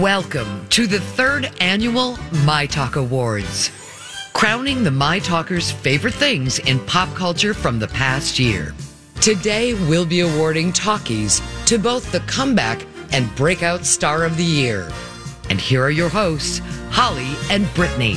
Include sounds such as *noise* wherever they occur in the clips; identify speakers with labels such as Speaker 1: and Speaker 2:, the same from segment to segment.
Speaker 1: Welcome to the third annual My Talk Awards, crowning the My Talkers' favorite things in pop culture from the past year. Today, we'll be awarding talkies to both the comeback and breakout star of the year. And here are your hosts, Holly and Brittany.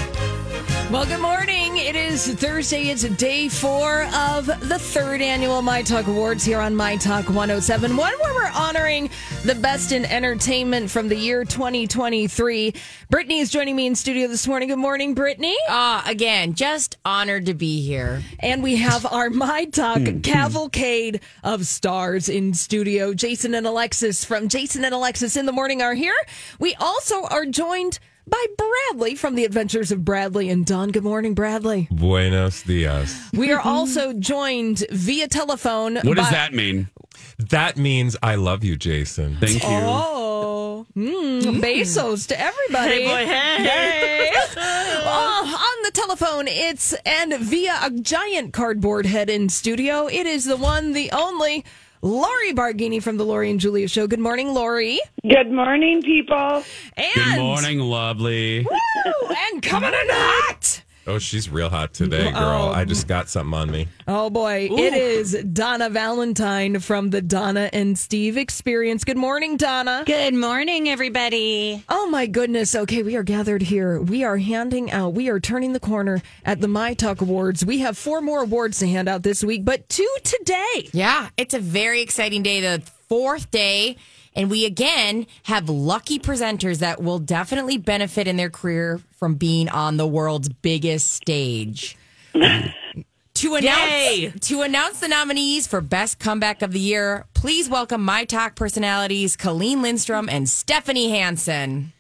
Speaker 2: Well, good morning. It is Thursday. It's day four of the third annual My Talk Awards here on My Talk 1071, where we're honoring the best in entertainment from the year 2023. Brittany is joining me in studio this morning. Good morning, Brittany.
Speaker 3: Uh, again, just honored to be here.
Speaker 2: And we have our My Talk cavalcade of stars in studio. Jason and Alexis from Jason and Alexis in the Morning are here. We also are joined by Bradley from The Adventures of Bradley and Don. Good morning, Bradley.
Speaker 4: Buenos dias.
Speaker 2: We are also joined via telephone.
Speaker 5: What does
Speaker 2: by-
Speaker 5: that mean?
Speaker 4: That means I love you, Jason.
Speaker 5: Thank you.
Speaker 2: Oh, mm, Bezos to everybody. Hey. Oh, on the telephone, it's and via a giant cardboard head in studio. It is the one, the only. Lori Bargini from the Lori and Julia Show. Good morning, Lori.
Speaker 6: Good morning, people.
Speaker 2: And,
Speaker 5: Good morning, lovely.
Speaker 2: Woo, and coming in hot.
Speaker 4: Oh, she's real hot today, girl. I just got something on me.
Speaker 2: Oh boy, it is Donna Valentine from the Donna and Steve Experience. Good morning, Donna.
Speaker 3: Good morning, everybody.
Speaker 2: Oh my goodness. Okay, we are gathered here. We are handing out, we are turning the corner at the My Talk Awards. We have four more awards to hand out this week, but two today.
Speaker 3: Yeah, it's a very exciting day, the fourth day. And we again have lucky presenters that will definitely benefit in their career from being on the world's biggest *laughs* stage. to announce to announce the nominees for best comeback of the year, please welcome my talk personalities Colleen Lindstrom and Stephanie Hansen.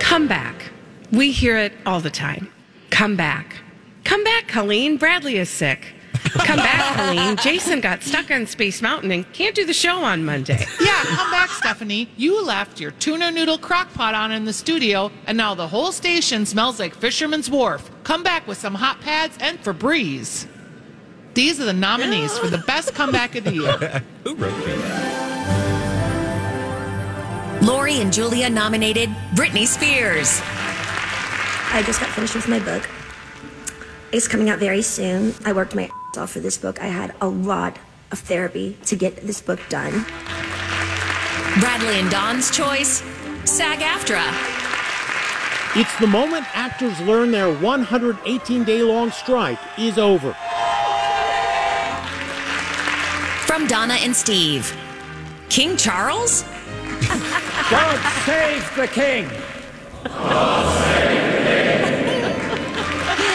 Speaker 7: Come back. We hear it all the time. Come back. Come back, Colleen. Bradley is sick. Come
Speaker 8: *laughs*
Speaker 7: back, Colleen. Jason got stuck on Space Mountain and can't do the show on Monday.
Speaker 9: Yeah, come back, Stephanie. You left your tuna noodle crock pot on in the studio, and now the whole station smells like Fisherman's Wharf. Come back with some hot pads and Febreze. These are the nominees for the
Speaker 3: *laughs*
Speaker 9: best comeback of the year.
Speaker 4: Who wrote that?
Speaker 3: Lori and Julia nominated Britney Spears.
Speaker 10: I just got finished with my book. It's coming out very soon. I worked my ass off for this book. I had a lot of therapy to get this book done.
Speaker 3: Bradley and Don's choice, SAG AFTRA.
Speaker 11: It's the moment actors learn their 118 day long strike is over.
Speaker 3: From Donna and Steve. King Charles?
Speaker 11: God save the king!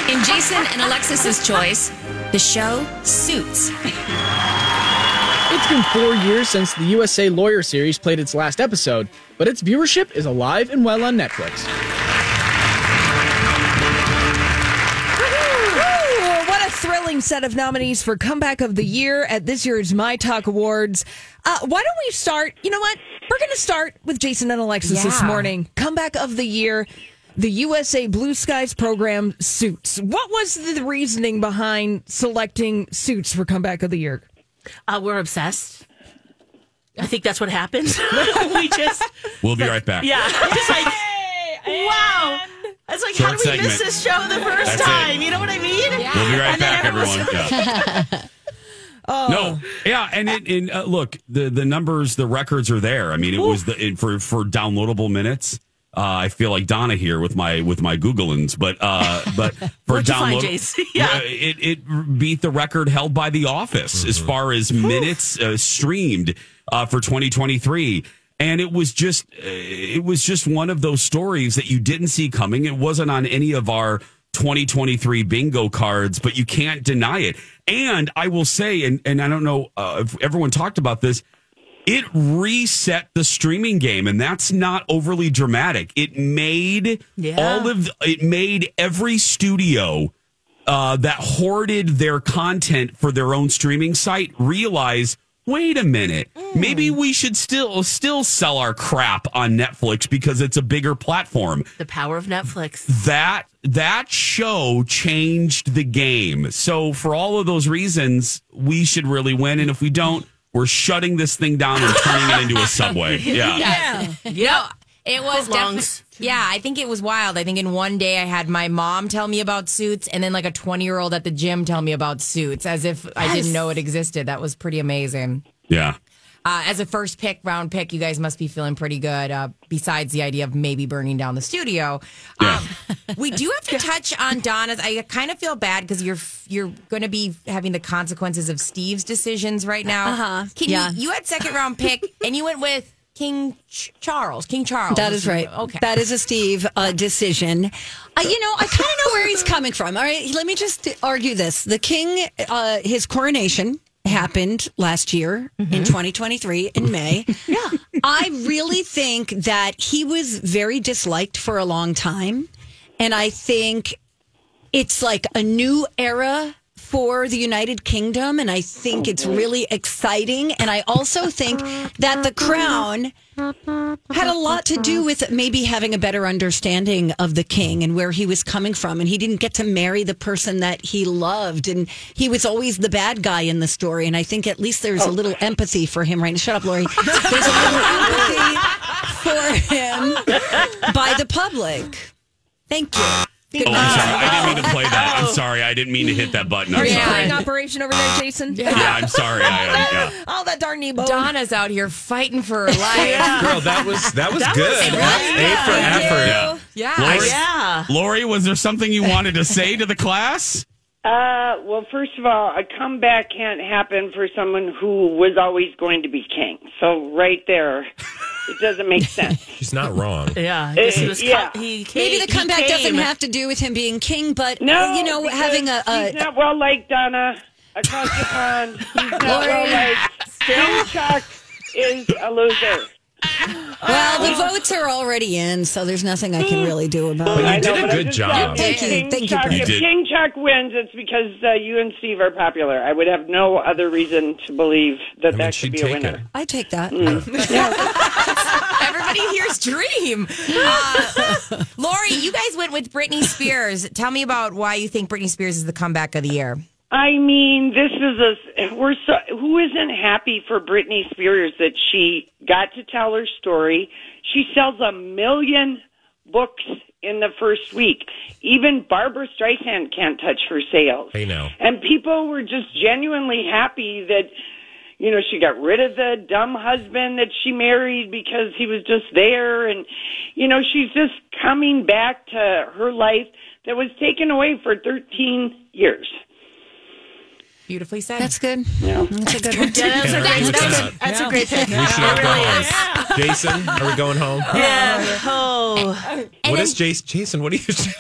Speaker 3: In Jason and Alexis's choice, the show Suits.
Speaker 8: It's been four years since the USA Lawyer series played its last episode, but its viewership is alive and well on Netflix.
Speaker 2: Woo! What a thrilling set of nominees for Comeback of the Year at this year's My Talk Awards. Uh, why don't we start? You know what? We're going to start with Jason and Alexis this
Speaker 3: Yeah.
Speaker 2: morning. Comeback of the Year, the USA Blue Skies program Suits. What was the reasoning behind selecting Suits for Comeback of the Year?
Speaker 12: Uh, we're obsessed. I think that's what happened.
Speaker 8: *laughs*
Speaker 12: we just,
Speaker 5: We'll be right back.
Speaker 12: yeah, just like, wow. It's like, how
Speaker 5: Short
Speaker 12: do we miss
Speaker 5: segment.
Speaker 12: this show the first
Speaker 5: That's it.
Speaker 12: time? You know what I mean?
Speaker 5: *laughs* We'll be right
Speaker 12: And then
Speaker 5: back,
Speaker 12: everyone's- Oh.
Speaker 5: everyone. Yeah.
Speaker 12: *laughs*
Speaker 5: No, yeah, and it, and uh, look, the the numbers, the records are there. I mean, it was the it, for for downloadable minutes. Uh, I feel like Donna here with my with my Googleins, but uh, but for
Speaker 12: What'd you find,
Speaker 5: download,
Speaker 12: Jace? *laughs* Yeah.
Speaker 5: it it beat the record held by The Office as far as minutes uh, streamed uh, for 2023, and it was just uh, it was just one of those stories that you didn't see coming. It wasn't on any of our 2023 bingo cards, but you can't deny it. And I will say, and and I don't know uh, if everyone talked about this it reset the streaming game and that's not overly dramatic it made
Speaker 12: Yeah.
Speaker 5: all of the- it made every studio uh, that hoarded their content for their own streaming site realize wait a minute maybe we should still still sell our crap on netflix because it's a bigger platform
Speaker 12: The power of Netflix.
Speaker 5: that that show changed the game. So for all of those reasons, we should really win. And if we don't, We're shutting this thing down and turning it into a
Speaker 12: *laughs*
Speaker 5: subway. Yeah.
Speaker 3: *laughs* Yeah. No, it was definitely. Yeah, I think it was wild. I think in one day I had my mom tell me about suits and then like a 20 year old at the gym tell me about suits as if I didn't know it existed. That was pretty amazing.
Speaker 5: Yeah.
Speaker 3: Uh, as a first pick, round pick, you guys must be feeling pretty good. Uh, besides the idea of maybe burning down the studio, um, we do have to touch on Donna's. I kind of feel bad because you're you're going to be having the consequences of Steve's decisions right now.
Speaker 12: Uh-huh.
Speaker 3: Can
Speaker 12: Yeah.
Speaker 3: you, you had second round pick and you went with King Ch- Charles. King Charles.
Speaker 13: That is right.
Speaker 3: Okay.
Speaker 13: That is a Steve uh, decision. Uh, you know, I kind of know where he's coming from. All right. Let me just argue this. The king, uh, his coronation happened last year in 2023 in May. yeah. I really think that he was very disliked for a long time. And I think it's like a new era for the United Kingdom, and I think it's really exciting. And I also think that the crown had a lot to do with maybe having a better understanding of the king and where he was coming from. And he didn't get to marry the person that he loved, and he was always the bad guy in the story. And I think at least there's a little empathy for him right now. Shut up, Lori. There's a little empathy for him by the public. Thank you.
Speaker 5: Oh, I'm sorry. I didn't mean to play that.
Speaker 12: Oh.
Speaker 5: I'm sorry. I didn't mean to hit that button.
Speaker 2: Are
Speaker 5: I'm
Speaker 2: you
Speaker 5: sorry.
Speaker 2: starting operation over there, Jason?
Speaker 5: Yeah, I'm sorry. I, uh, yeah.
Speaker 2: All that darn Nebo.
Speaker 3: Donna's out here fighting for her life.
Speaker 4: Oh,
Speaker 5: Girl, that was that was
Speaker 3: That
Speaker 5: good.
Speaker 3: was good.
Speaker 5: A for
Speaker 3: Thank
Speaker 5: effort.
Speaker 3: you. Yeah.
Speaker 5: Lori,
Speaker 3: Yeah.
Speaker 5: Lori, was there something you wanted to say to the class?
Speaker 6: Uh, well, first of all, a comeback can't happen for someone who was always going to be king. So right there, it
Speaker 13: *laughs*
Speaker 6: doesn't make sense.
Speaker 4: She's not wrong.
Speaker 12: Yeah.
Speaker 6: guess it was Yeah.
Speaker 13: Maybe the comeback doesn't have to do with him being king, but you know,
Speaker 6: because
Speaker 13: having a, a
Speaker 6: he's not well liked Donna across
Speaker 13: *laughs*
Speaker 6: the pond. He's not well
Speaker 13: Lori.
Speaker 6: liked. King Chuck is a loser.
Speaker 13: well, the votes are already in, so there's nothing I can really do about
Speaker 4: Mm. But
Speaker 13: it.
Speaker 4: you did a
Speaker 6: but I
Speaker 4: good
Speaker 6: just
Speaker 4: job.
Speaker 6: thought if
Speaker 13: Thank you.
Speaker 6: King
Speaker 13: Thank you,
Speaker 6: Chuck-
Speaker 13: Brad.
Speaker 4: You
Speaker 6: If
Speaker 4: did.
Speaker 6: King Chuck wins, it's because uh, you and Steve are popular. I would have no other reason to believe that that could
Speaker 4: she'd
Speaker 6: be a
Speaker 4: take
Speaker 6: winner.
Speaker 4: it.
Speaker 13: I take that.
Speaker 4: Mm.
Speaker 13: *laughs*
Speaker 3: Everybody here's dream. Uh, Lori, you guys went with Britney Spears. Tell me about why you think Britney Spears is the comeback of the year.
Speaker 6: I mean, this is a we're so who isn't happy for Britney Spears that she got to tell her story. She sells a million books in the first week. Even Barbara Streisand can't touch her sales.
Speaker 4: Hey, now.
Speaker 6: And people were just genuinely happy that you know she got rid of the dumb husband that she married because he was just there and you know she's just coming back to her life that was taken away for 13 years.
Speaker 3: Beautifully said.
Speaker 13: That's good.
Speaker 6: Yeah.
Speaker 13: That's a good one.
Speaker 12: Yeah, *laughs* that's a
Speaker 4: Can't
Speaker 12: great
Speaker 4: argue with
Speaker 12: pick. That's a great pick.
Speaker 4: We should all
Speaker 12: It
Speaker 4: go
Speaker 12: really
Speaker 4: home.
Speaker 12: is.
Speaker 4: Jason, are we going home?
Speaker 12: Yeah. Oh.
Speaker 4: What is Jason? Jason, what are you doing?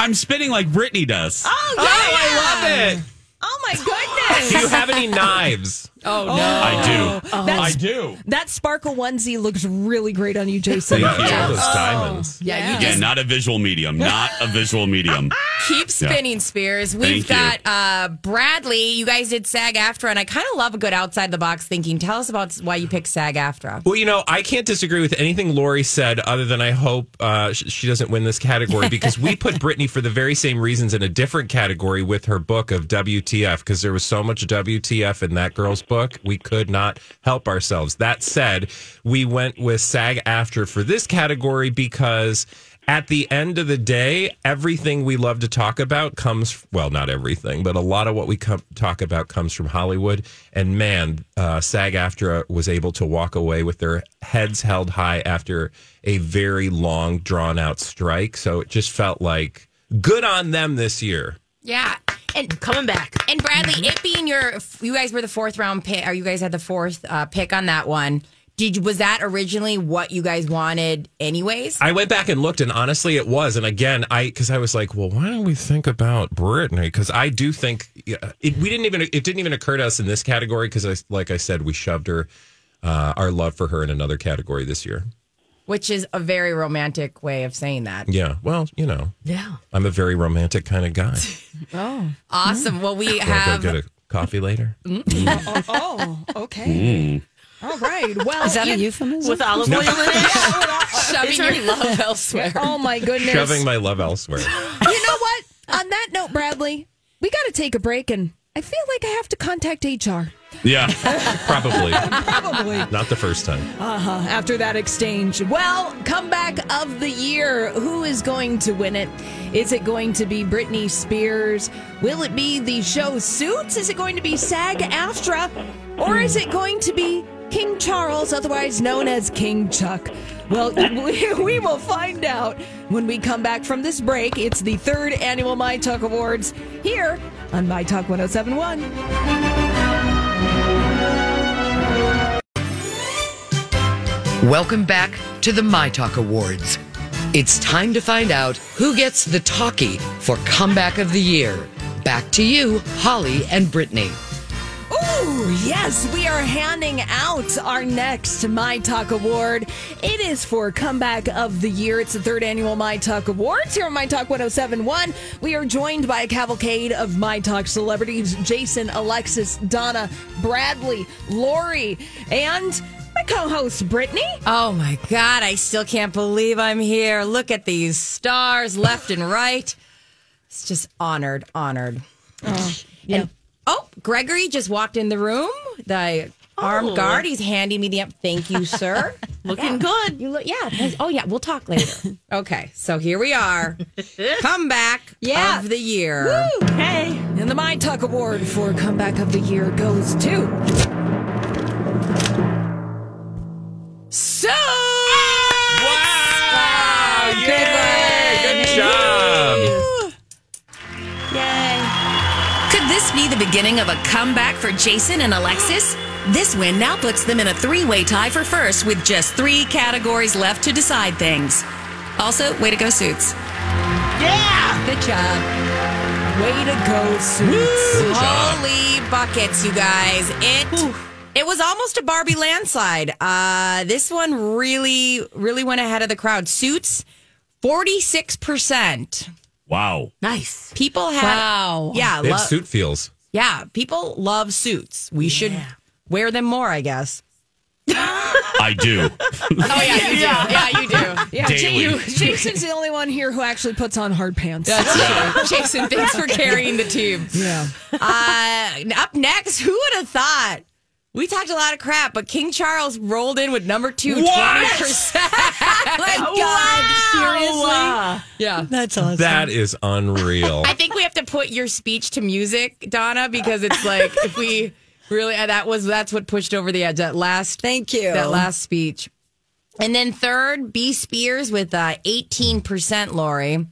Speaker 5: I'm spinning like Britney does.
Speaker 2: Oh, yeah.
Speaker 4: I love it.
Speaker 2: Oh, my goodness.
Speaker 4: Do you have any knives?
Speaker 2: Oh, no.
Speaker 5: I do. Oh. I
Speaker 2: That's-
Speaker 5: do.
Speaker 2: That sparkle onesie looks really great on you, Jason.
Speaker 4: Thank you. All those diamonds.
Speaker 2: Yeah, you
Speaker 5: Yeah, not a visual medium. Not a visual medium.
Speaker 3: *laughs* Keep spinning, Spears. We've
Speaker 5: Thank
Speaker 3: got uh, Bradley. You guys did SAG AFTRA, and I kind of love a good outside the box thinking. Tell us about why you picked SAG AFTRA.
Speaker 4: Well, you know, I can't disagree with anything Lori said, other than I hope uh, sh- she doesn't win this category because we put Britney for the very same reasons in a different category with her book of WTF because there was so much WTF in that girl's book. We could not help ourselves. That said, we went with SAG after for this category because. At the end of the day, everything we love to talk about comes, well, not everything, but a lot of what we com- talk about comes from Hollywood. And man, uh, SAG AFTRA was able to walk away with their heads held high after a very long, drawn out strike. So it just felt like good on them this year.
Speaker 3: Yeah. And
Speaker 12: Coming back.
Speaker 3: and
Speaker 2: Mm-hmm.
Speaker 3: Bradley, it being your, you guys were the fourth round pick, or you guys had the fourth uh, pick on that one. Did was that originally what you guys wanted, anyways?
Speaker 4: I went back and looked, and honestly, it was. And again, I because I was like, well, why don't we think about Britney? Because I do think yeah, it, we didn't even it didn't even occur to us in this category because I like I said we shoved her uh, our love for her in another category this year.
Speaker 3: Which is a very romantic way of saying that.
Speaker 4: Yeah, well, you know,
Speaker 12: Yeah.
Speaker 4: I'm a very romantic kind of guy.
Speaker 2: Oh.
Speaker 3: Awesome. Well, we
Speaker 4: I'll
Speaker 3: have.
Speaker 4: go get a coffee later.
Speaker 2: oh, oh, okay. All
Speaker 3: *laughs*
Speaker 2: right. Well,
Speaker 13: Is that
Speaker 2: you-
Speaker 13: a euphemism?
Speaker 12: With olive oil in it.
Speaker 3: shoving your
Speaker 12: *laughs*
Speaker 3: love elsewhere.
Speaker 2: Oh, my goodness.
Speaker 4: Shoving my love elsewhere.
Speaker 2: you know what? On that note, Bradley, we got to take a break, and I feel like I have to contact HR.
Speaker 4: Yeah, probably.
Speaker 2: Probably.
Speaker 4: Not the first time.
Speaker 2: Uh-huh. After that exchange. Well, comeback of the year. Who is going to win it? Is it going to be Britney Spears? Will it be the show Suits? Is it going to be SAG AFTRA? Or is it going to be King Charles, otherwise known as King Chuck? Well, *laughs* we, we will find out when we come back from this break. It's the third annual My Talk Awards here on My Talk 1071.
Speaker 1: Welcome back to the My Talk Awards. It's time to find out who gets the talkie for comeback of the year. Back to you, Holly and Brittany.
Speaker 2: Ooh, yes, we are handing out our next My Talk Award. It is for Comeback of the Year. It's the third annual My Talk Awards here on My Talk 1071. We are joined by a cavalcade of My Talk celebrities Jason, Alexis, Donna, Bradley, Lori, and my co host, Brittany.
Speaker 3: Oh my God, I still can't believe I'm here. Look at these stars left and right. It's just honored, honored. Oh, yeah. oh, Gregory just walked in the room. The armed
Speaker 12: Oh.
Speaker 3: guard, he's handing me the Thank you, *laughs* sir.
Speaker 12: Looking
Speaker 3: good. You look, yeah. Oh, yeah. We'll talk later. okay. So here we
Speaker 2: *laughs*
Speaker 3: are. Comeback
Speaker 2: Yeah.
Speaker 3: of the year.
Speaker 2: Woo! Hey. And the My Talk Award for Comeback of the Year goes to. So.
Speaker 4: Wow! Good Good job.
Speaker 14: Could this be the beginning of a comeback for Jason and Alexis? This win now puts them in a three way tie for first with just three categories left to decide things. Also, way to go, Suits.
Speaker 2: Yeah! Good job. Way to go, Suits.
Speaker 14: Good job.
Speaker 3: Holy buckets, you guys. It it was almost a Barbie landslide. Uh, this one really, really went ahead of the crowd. Suits, 46%.
Speaker 5: Wow.
Speaker 3: Nice. People have. Wow. Yeah.
Speaker 4: They have
Speaker 3: lo-
Speaker 4: suit feels.
Speaker 3: yeah. People love suits. We should wear them more, I guess. uh,
Speaker 5: I
Speaker 3: *laughs*
Speaker 5: do.
Speaker 3: Oh, *laughs* yeah. You do. yeah, you do.
Speaker 2: Yeah,
Speaker 5: Daily.
Speaker 2: Jay- you-
Speaker 3: *laughs*
Speaker 2: Jason's the only one here who actually puts on hard pants.
Speaker 3: That's right. Jason, thanks for carrying the team.
Speaker 2: Yeah.
Speaker 3: Uh, up next, who would have thought? We talked a lot of crap, but King Charles rolled in with number two,
Speaker 12: What?
Speaker 3: 20%. *laughs* My God,
Speaker 12: Wow.
Speaker 3: seriously? Yeah. That's awesome.
Speaker 4: That is unreal.
Speaker 3: I think we have to put your speech to music, Donna, because it's like if we really uh, that was that's what pushed over the edge. That last thank you. That last speech, and then third, B Spears with uh, eighteen percent. Lori,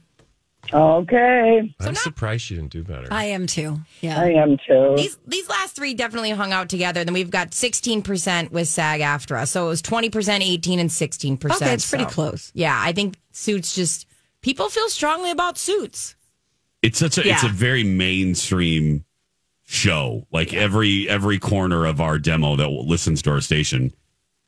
Speaker 14: Okay.
Speaker 4: I'm surprised she didn't do better.
Speaker 3: I am too. Yeah,
Speaker 14: I am too.
Speaker 3: These these last three definitely hung out together. Then we've got sixteen percent with SAG AFTRA, so it was twenty percent, eighteen, and sixteen percent.
Speaker 13: Okay, it's pretty close.
Speaker 3: Yeah, I think suits just people feel strongly about suits.
Speaker 5: It's such a it's
Speaker 3: Yeah.
Speaker 5: a very mainstream show. Like every every corner of our demo that listens to our station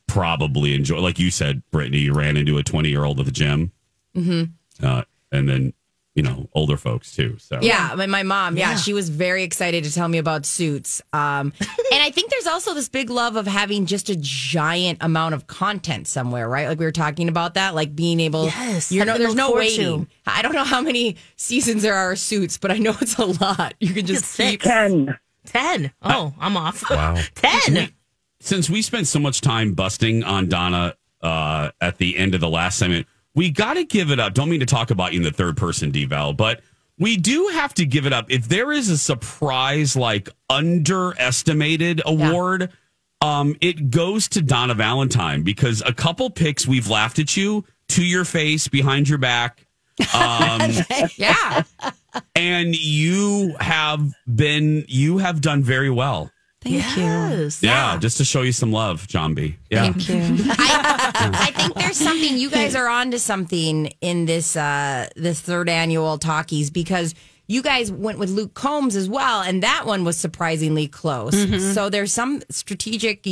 Speaker 5: probably enjoy. Like you said, Brittany, you ran into a twenty year old at the gym,
Speaker 3: Mm-hmm.
Speaker 5: uh, and then you know older folks too. So
Speaker 3: Yeah, my, my mom. Yeah, she was very excited to tell me about suits.
Speaker 13: *laughs*
Speaker 3: Um, and I think there's also this big love of having just a giant amount of content somewhere, right? Like we were talking about that, like being able.
Speaker 12: Yes,
Speaker 3: you know,
Speaker 12: something
Speaker 3: there's
Speaker 12: to
Speaker 3: no
Speaker 12: look forward
Speaker 3: waiting.
Speaker 12: to.
Speaker 3: I don't know how many seasons there are of suits, but I know it's a lot. You can just keep
Speaker 14: ten.
Speaker 12: Ten. Oh, I'm off.
Speaker 5: Wow.
Speaker 12: *laughs* Ten.
Speaker 5: since we spent so much time busting on Donna uh, at the end of the last segment, we got to give it up. Don't mean to talk about you in the third person, Deval, but we do have to give it up. If there is a surprise, like underestimated award, um, it goes to Donna Valentine because a couple picks we've laughed at you to your face, behind your back. Um,
Speaker 3: *laughs* yeah.
Speaker 5: and you have been, you have done very well.
Speaker 12: Thank you.
Speaker 5: Yeah, just to show you some love, John B. Yeah.
Speaker 3: Thank you. I, I think there's something you guys are onto something in this uh this third annual talkies because you guys went with Luke Combs as well, and that one was surprisingly close.
Speaker 13: Mm-hmm.
Speaker 12: Mhm.
Speaker 3: So there's some strategic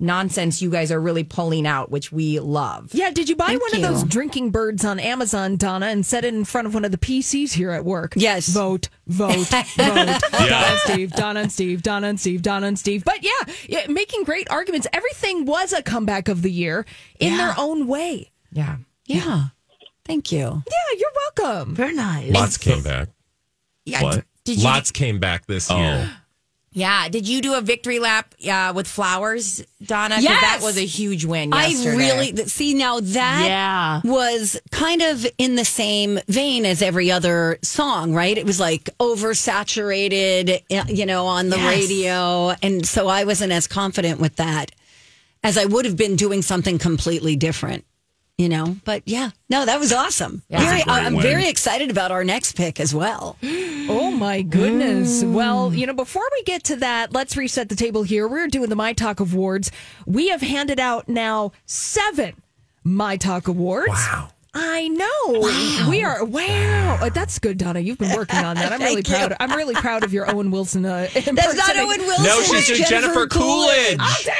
Speaker 3: nonsense you guys are really pulling out, which we love.
Speaker 2: Yeah, did you buy
Speaker 3: Thank
Speaker 2: one
Speaker 3: you.
Speaker 2: of those drinking birds on Amazon, Donna, and set it in front of one of the PCs here at work? Yes. Vote, vote, vote. Donna and Steve, Donna and Steve, Donna and Steve, Donna and Steve. But yeah, yeah, making great arguments. Everything was a comeback of the year in their own way.
Speaker 3: Yeah.
Speaker 2: Yeah. Thank you. Yeah, you're welcome.
Speaker 12: Very nice.
Speaker 4: Lots came back.
Speaker 3: Yeah,
Speaker 4: What?
Speaker 3: did you-
Speaker 4: Oh, Lots came back this year.
Speaker 3: Yeah. Did you do a victory lap uh, with flowers, Donna? 'Cause That
Speaker 13: Yes!
Speaker 3: was a huge win
Speaker 13: I
Speaker 3: yesterday.
Speaker 13: really th- see now that
Speaker 3: Yeah.
Speaker 13: was kind of in the same vein as every other song, right? It was like oversaturated, uh, you know, on the
Speaker 14: Yes.
Speaker 13: radio, and so I wasn't as confident with that as I would have been doing something completely different, you know. But yeah, no, that was awesome.
Speaker 2: Yeah. That's a
Speaker 13: Very,
Speaker 2: great
Speaker 13: I- I'm
Speaker 2: win.
Speaker 13: very excited about our next pick as well.
Speaker 2: Oh my goodness.
Speaker 13: Mm.
Speaker 2: Well, you know, before we get to that, let's reset the table here. We're doing the My Talk Awards. We have handed out now seven My Talk Awards. Wow. I know. We are wow. Uh, That's good, Donna. You've been working on that. I'm really
Speaker 13: *laughs* Thank
Speaker 2: proud.
Speaker 13: you.
Speaker 2: I'm really proud of your Owen Wilson. Uh, *laughs*
Speaker 13: That's not Owen
Speaker 2: impersonating.
Speaker 13: Wilson.
Speaker 4: No, she's doing Jennifer Jennifer Coolidge. Coolidge.
Speaker 2: Oh, dang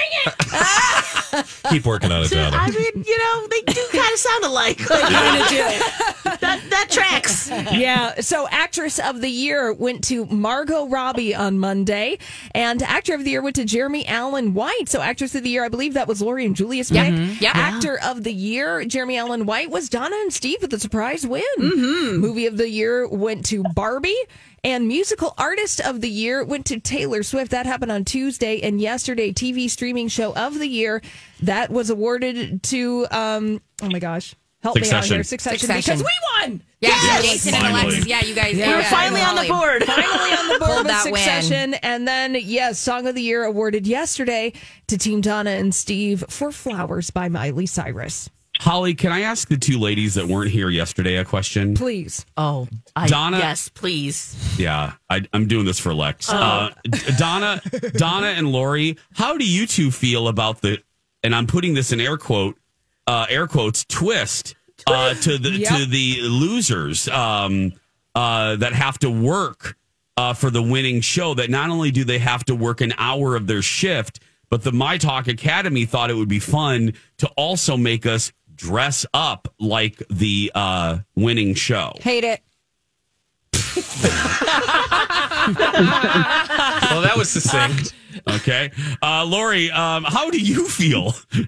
Speaker 2: it.
Speaker 4: Keep working on it, Donna.
Speaker 12: I mean, you know, they do kind of sound alike. Like, you're gonna do it. *laughs* That that
Speaker 3: *laughs*
Speaker 12: tracks.
Speaker 2: *laughs* yeah. So, actress of the year went to Margot Robbie on Monday, and actor of the year went to Jeremy Allen White. So, actress of the year, I believe that was Laurie and Julia's
Speaker 3: Yep.
Speaker 2: pick.
Speaker 3: Mhm. Yep.
Speaker 2: Actor of the year, Jeremy Allen White was Donna and Steve with a surprise win. Mm-hmm. Movie of the year went to Barbie. And musical artist of the year went to Taylor Swift. That happened on Tuesday. And yesterday, TV streaming show of the year that was awarded to um oh my gosh, help me out
Speaker 4: Succession.
Speaker 2: here, Succession,
Speaker 3: Succession.
Speaker 2: because we won.
Speaker 3: Yeah,
Speaker 2: Yes!
Speaker 3: Jason and
Speaker 12: Finally.
Speaker 3: Alexis. Yeah, you guys.
Speaker 12: We were finally on the
Speaker 3: *laughs*
Speaker 12: board.
Speaker 2: Finally on the board
Speaker 3: Hold
Speaker 2: with
Speaker 3: that win.
Speaker 2: Succession. And then, yes, Song of the Year awarded yesterday to Team Donna and Steve for Flowers by Miley Cyrus.
Speaker 5: Holly, can I ask the two ladies that weren't here yesterday a question?
Speaker 2: Please.
Speaker 12: Oh, I,
Speaker 5: Donna-
Speaker 12: Yes, please.
Speaker 5: Yeah, I, I'm doing this for Lex.
Speaker 12: Oh.
Speaker 5: Uh, D- Donna, Donna, and Lori, how do you two feel about the? And I'm putting this in air quote, uh, air quotes twist uh, to the to
Speaker 2: Yep.
Speaker 5: the losers um, uh, that have to work uh, for the winning show. That not only do they have to work an hour of their shift, but the My Talk Academy thought it would be fun to also make us dress up like the uh, winning show.
Speaker 13: Hate it.
Speaker 4: well, that was succinct.
Speaker 5: Okay. Uh, Lori, um, how do you feel?
Speaker 6: Uh,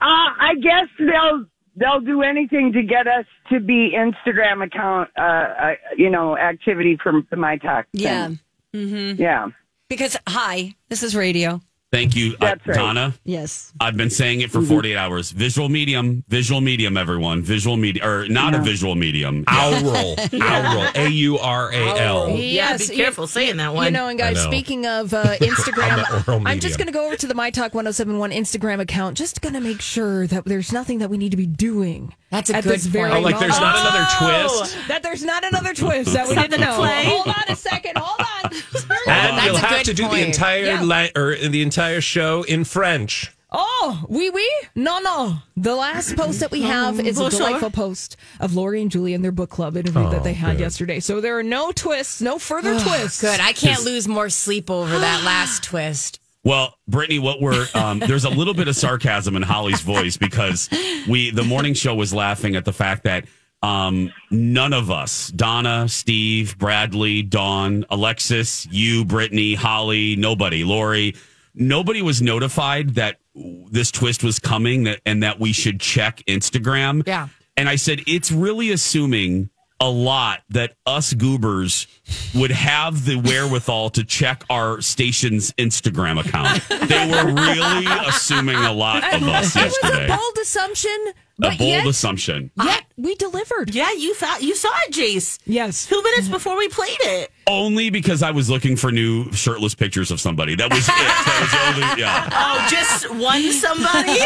Speaker 6: I guess they'll they'll do anything to get us to be Instagram account, uh, uh, you know, activity from the my talk. thing.
Speaker 13: Yeah. Mm-hmm.
Speaker 6: yeah.
Speaker 13: Because hi, this is radio.
Speaker 5: Thank you, uh,
Speaker 13: right.
Speaker 5: Donna.
Speaker 13: Yes.
Speaker 5: I've been saying it for 48 hours. Visual medium, visual medium, everyone. Visual medium, or not a visual medium. *laughs*
Speaker 4: Aural. Aural. A U R A L.
Speaker 2: Yes,
Speaker 12: yeah, be
Speaker 2: you-
Speaker 12: careful saying that one.
Speaker 2: You know, and
Speaker 4: I
Speaker 2: guys,
Speaker 4: know.
Speaker 2: speaking
Speaker 4: *laughs*
Speaker 2: of uh, Instagram,
Speaker 4: I'm the oral
Speaker 2: I'm just
Speaker 4: medium.
Speaker 2: going to go over to the My Talk 1071 Instagram account. Just going to make sure that there's nothing that we need to be doing.
Speaker 3: That's a
Speaker 2: at
Speaker 3: good
Speaker 2: this very
Speaker 4: Oh, like there's not
Speaker 2: moment. Oh,
Speaker 4: another twist.
Speaker 2: that there's not another twist that we didn't know.
Speaker 12: play.
Speaker 2: Hold on a second. Hold on.
Speaker 4: *laughs* And
Speaker 3: That's
Speaker 4: you'll
Speaker 3: a
Speaker 4: have
Speaker 3: good
Speaker 4: to do
Speaker 3: point.
Speaker 4: the entire
Speaker 2: Yeah.
Speaker 4: li- or the entire show in French.
Speaker 2: Oh, oui, oui. No, no. The last post that we have is a
Speaker 12: bonjour.
Speaker 2: delightful post of Lori and Julie and their book club interview that they had
Speaker 4: good.
Speaker 2: yesterday. So there are no twists, no further twists.
Speaker 3: Good. I can't lose more sleep over that last twist.
Speaker 5: Well, Brittany, what we're um, there's a little bit of sarcasm in Holly's voice because we the morning show was laughing at the fact that um, none of us Donna, Steve, Bradley, Dawn, Alexis, you, Brittany, Holly, nobody, Lori, nobody was notified that this twist was coming that, and that we should check Instagram.
Speaker 3: Yeah.
Speaker 5: And I said, it's really assuming a lot that us goobers would have the wherewithal to check our station's Instagram account. They were really assuming a lot
Speaker 2: It
Speaker 5: of us
Speaker 2: was a
Speaker 5: yesterday.
Speaker 2: bold assumption,
Speaker 5: A
Speaker 2: but
Speaker 5: bold
Speaker 2: yet,
Speaker 5: assumption.
Speaker 2: yet we delivered.
Speaker 12: yeah, you thought you saw it, Jace.
Speaker 2: Yes.
Speaker 12: Two minutes before we played it.
Speaker 5: Only because I was looking for new shirtless pictures of somebody. That was it. That was the only, yeah.
Speaker 12: Oh,
Speaker 3: *laughs*
Speaker 12: just one somebody.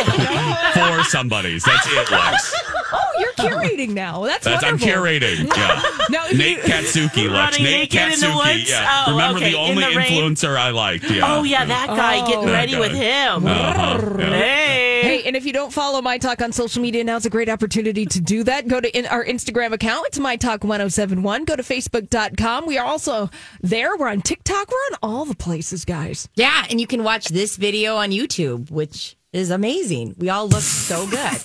Speaker 5: Four somebodies. That's it, Lex.
Speaker 2: Oh, *laughs* you're curating now. That's,
Speaker 5: That's, I'm
Speaker 2: wonderful.
Speaker 5: curating. Yeah.
Speaker 2: Now, if
Speaker 5: Nate
Speaker 2: you-
Speaker 5: Katsuki, Lex.
Speaker 12: Running
Speaker 5: Nate
Speaker 12: naked in the
Speaker 5: Katsuki.
Speaker 12: woods?
Speaker 5: Yeah.
Speaker 12: Oh,
Speaker 5: Remember
Speaker 12: okay,
Speaker 5: the
Speaker 12: in
Speaker 5: only
Speaker 12: the rain?
Speaker 5: influencer I liked. Yeah.
Speaker 12: Oh yeah, that guy
Speaker 2: Oh.
Speaker 12: getting
Speaker 2: That
Speaker 12: ready
Speaker 5: guy.
Speaker 12: with him.
Speaker 5: Uh-huh, yeah.
Speaker 12: Hey.
Speaker 2: Hey, and if you don't follow My Talk on social media, now's a great opportunity to do that. Go to in our Instagram account. It's My Talk 1071. Go to Facebook.com. We are also there. We're on TikTok. We're on all the places, guys.
Speaker 3: Yeah, and you can watch this video on YouTube, which is amazing. We all look so good.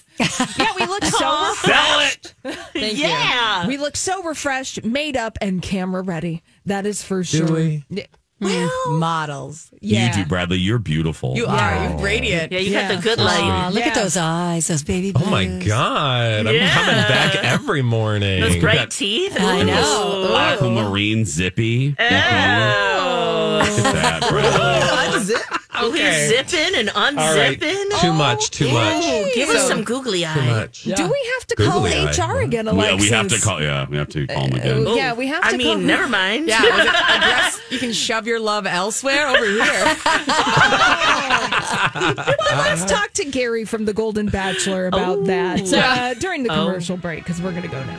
Speaker 2: Yeah, we look *laughs* so
Speaker 4: Sell it.
Speaker 3: Thank
Speaker 12: *laughs*
Speaker 3: you.
Speaker 12: yeah.
Speaker 2: *laughs* we look so refreshed, made up, and camera ready. That is for sure.
Speaker 4: we?
Speaker 2: Yeah.
Speaker 3: Mm, Models.
Speaker 2: Yeah.
Speaker 5: You do, Bradley. You're beautiful.
Speaker 3: You are. You're radiant.
Speaker 12: Yeah, you got the good
Speaker 13: Aw,
Speaker 12: light.
Speaker 13: look at
Speaker 2: Yeah.
Speaker 13: those eyes, those baby blues.
Speaker 4: Oh my God. I'm
Speaker 12: Yeah.
Speaker 4: coming back every morning.
Speaker 12: Those
Speaker 4: That-
Speaker 12: bright teeth.
Speaker 13: I
Speaker 5: And this
Speaker 13: know.
Speaker 5: aquamarine zippy.
Speaker 12: Oh.
Speaker 4: Look at that.
Speaker 12: *laughs*
Speaker 4: Right.
Speaker 12: Oh,
Speaker 4: Okay.
Speaker 12: he's zipping and unzipping.
Speaker 4: All right. Too much, too much.
Speaker 12: Ooh, give us
Speaker 2: So-
Speaker 12: some googly eye.
Speaker 4: Too much.
Speaker 2: Do we have to call
Speaker 4: Googly eye.
Speaker 2: HR again,
Speaker 5: Yeah,
Speaker 2: Alexis?
Speaker 5: we have to call. Yeah, we have to call him again.
Speaker 2: Uh, yeah, we have
Speaker 12: Oh, I
Speaker 2: to
Speaker 12: mean,
Speaker 2: call- *laughs*
Speaker 12: never mind.
Speaker 3: Yeah, was it address- you can shove your love elsewhere over
Speaker 2: *laughs*
Speaker 3: here.
Speaker 2: Oh. Well, let's talk to Gary from The Golden Bachelor about that uh, during the
Speaker 12: Oh.
Speaker 2: commercial break because we're going to go now.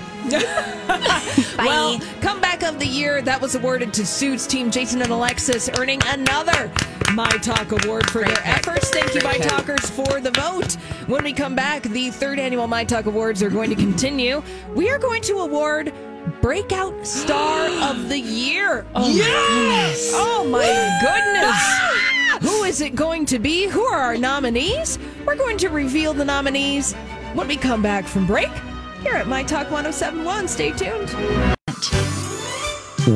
Speaker 2: Well, comeback of the year that was awarded to Suits team Jason and Alexis, earning another My Talk Award for their efforts. Thank you, My Talkers, for the vote. When we come back, the third annual My Talk Awards are going to continue. We are going to award Breakout *gasps* Star of the Year. Oh yes! Ah! Oh my goodness! Who is it going to be? Who are our nominees? We're going to reveal the nominees when we come back from break. Here at My Talk 1071. Stay tuned.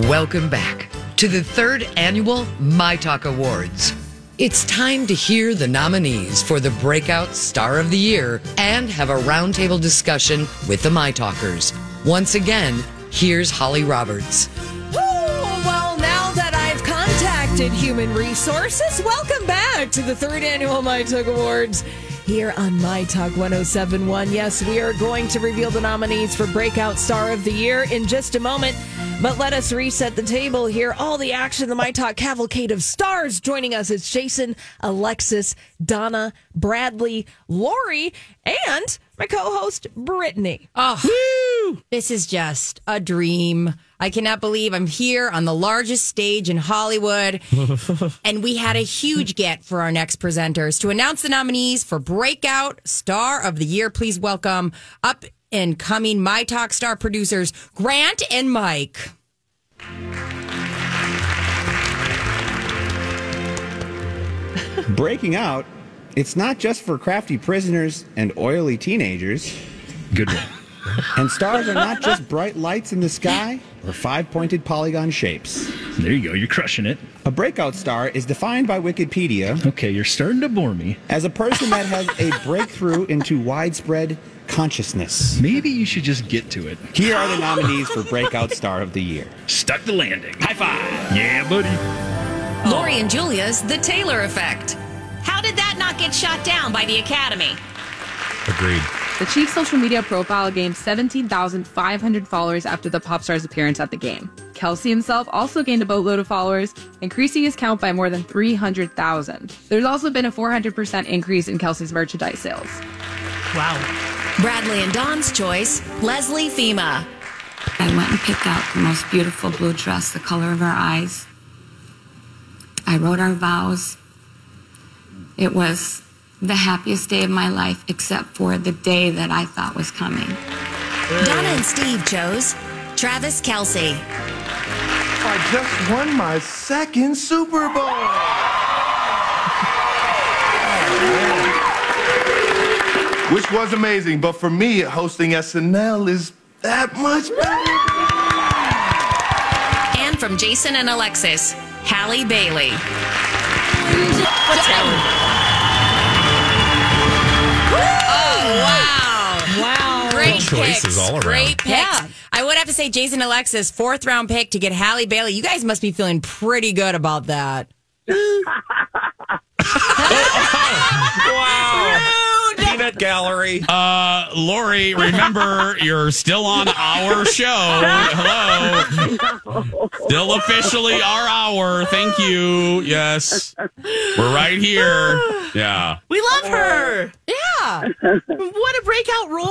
Speaker 1: Welcome back to the third annual My Talk Awards. It's time to hear the nominees for the Breakout Star of the Year and have a roundtable discussion with the My Talkers. Once again, here's Holly Roberts.
Speaker 2: Oh, well, now that I've contacted Human Resources, welcome back to the third annual My Talk Awards here on My oh Talk 1071. Yes, we are going to reveal the nominees for Breakout Star of the Year in just a moment. But let us reset the table here. All the action, the My Talk cavalcade of stars joining us is Jason, Alexis, Donna, Bradley, Lori, and my co host, Brittany.
Speaker 3: Oh, this is just a dream. I cannot believe I'm here on the largest stage in Hollywood. and we had a huge get for our next presenters to announce the nominees for Breakout Star of the Year. Please welcome up and coming My Talk Star producers, Grant and Mike.
Speaker 15: Breaking out, it's not just for crafty prisoners and oily teenagers. Good one. And stars are not just bright lights in the sky or five pointed polygon shapes. There you go, you're crushing it. A breakout star is defined by Wikipedia. Okay, you're starting to bore me. As a person that has
Speaker 12: *laughs*
Speaker 15: a breakthrough into widespread consciousness. Maybe you should just get to it. Here are the nominees for Breakout Star of the Year Stuck the Landing. High five. Yeah, buddy.
Speaker 14: Lori and Julia's The Taylor Effect. How did that not get shot down by the Academy?
Speaker 4: Agreed.
Speaker 16: The Chiefs' social media profile gained 17,500 followers after the pop star's appearance at the game. Kelsey himself also gained a boatload of followers, increasing his count by more than 300,000. There's also been a 400% increase in Kelsey's merchandise sales.
Speaker 14: Wow. Bradley and Don's choice, Leslie Fema.
Speaker 17: I went and picked out the most beautiful blue dress, the color of our eyes. I wrote our vows. It was the happiest day of my life, except for the day that I thought was coming.
Speaker 14: Donna and Steve chose Travis Kelsey.
Speaker 18: I just won my second Super Bowl. Which was amazing, but for me, hosting SNL is that much better.
Speaker 14: And from Jason and Alexis, Hallie Bailey.
Speaker 3: Oh, wow.
Speaker 2: Wow.
Speaker 3: Great
Speaker 4: Good choices
Speaker 3: picks.
Speaker 4: all around.
Speaker 3: Great picks.
Speaker 14: Yeah.
Speaker 3: I would have to say Jason Alexis, fourth round pick to get Halle Bailey. You guys must be feeling pretty good about that.
Speaker 4: Wow. Peanut gallery.
Speaker 5: Uh, Lori, remember you're still on our show. Hello. Still officially our hour. Thank you. Yes. We're right here. Yeah.
Speaker 12: We love her.
Speaker 3: Yeah.
Speaker 12: what a breakout role.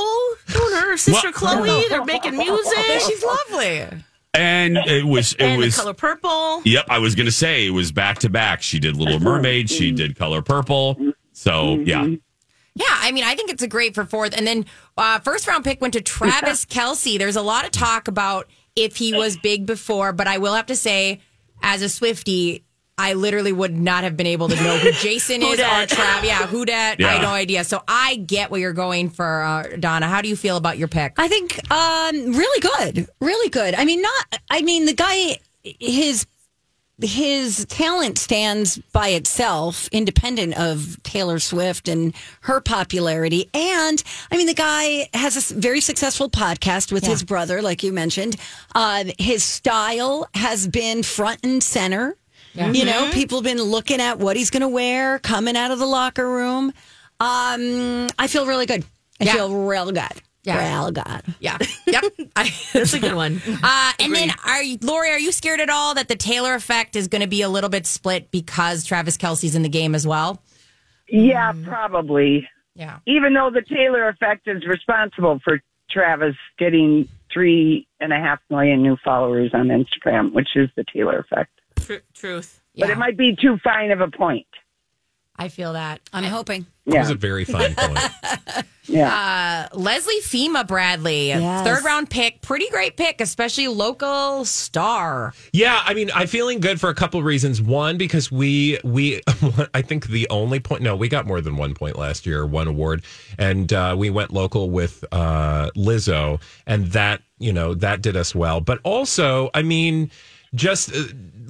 Speaker 12: Doing her sister
Speaker 5: Well-
Speaker 12: Chloe. They're making music.
Speaker 3: She's
Speaker 15: Oh,
Speaker 3: lovely.
Speaker 12: *laughs*
Speaker 5: And it was it
Speaker 12: and
Speaker 5: was
Speaker 12: the color purple.
Speaker 5: Yep, I was going to say it was back to back. She
Speaker 12: *laughs*
Speaker 5: did Little Mermaid, she
Speaker 12: Mm-hmm.
Speaker 5: did Color Purple. So, yeah.
Speaker 3: Yeah, I mean, I think it's a great for fourth. And then uh, first round pick went to Travis Kelsey. There's a lot of talk about if he was big before, but I will have to say, as a Swifty, I literally would not have been able to know who
Speaker 13: *laughs*
Speaker 3: Jason
Speaker 12: Who
Speaker 3: is or
Speaker 12: dat?
Speaker 3: Trav. Yeah, who dat? I
Speaker 12: Yeah.
Speaker 3: had no idea. So I get what you're going for, uh, Donna. How do you feel about your pick?
Speaker 13: I think um, really good, really good. I mean, not. I mean, the guy, his his talent stands by itself, independent of Taylor Swift and her popularity. And I mean, the guy has a s- very successful podcast with his brother, like you mentioned. Uh, his style has been front and center. You know, people have been looking at what he's going to wear coming out of the locker room. Um, I feel really good. I feel real good.
Speaker 3: Yeah.
Speaker 13: Real good.
Speaker 3: Yeah. Yep.
Speaker 12: That's a good one.
Speaker 3: Uh, and then, are you, Lori? Are you scared at all that the Taylor effect is going to be a little bit split because Travis Kelsey's in the game as well?
Speaker 19: Yeah, probably.
Speaker 3: Yeah.
Speaker 19: Even though the Taylor effect is responsible for Travis getting three and a half million new followers on Instagram, which is the Taylor effect.
Speaker 12: Tru- truth.
Speaker 19: But it might be too fine of a point.
Speaker 3: I feel that.
Speaker 13: I'm hoping.
Speaker 4: That was a very fine point. *laughs*
Speaker 3: Uh, Leslie Fema Bradley,
Speaker 4: Yes.
Speaker 3: third round pick, pretty great pick, especially local star.
Speaker 4: Yeah, I mean, I'm feeling good for a couple reasons. One, because we we *laughs* I think the only point no, we got more than one point last year, one award, and uh, we went local with uh, Lizzo, and that you know that did us well. But also, I mean, just uh,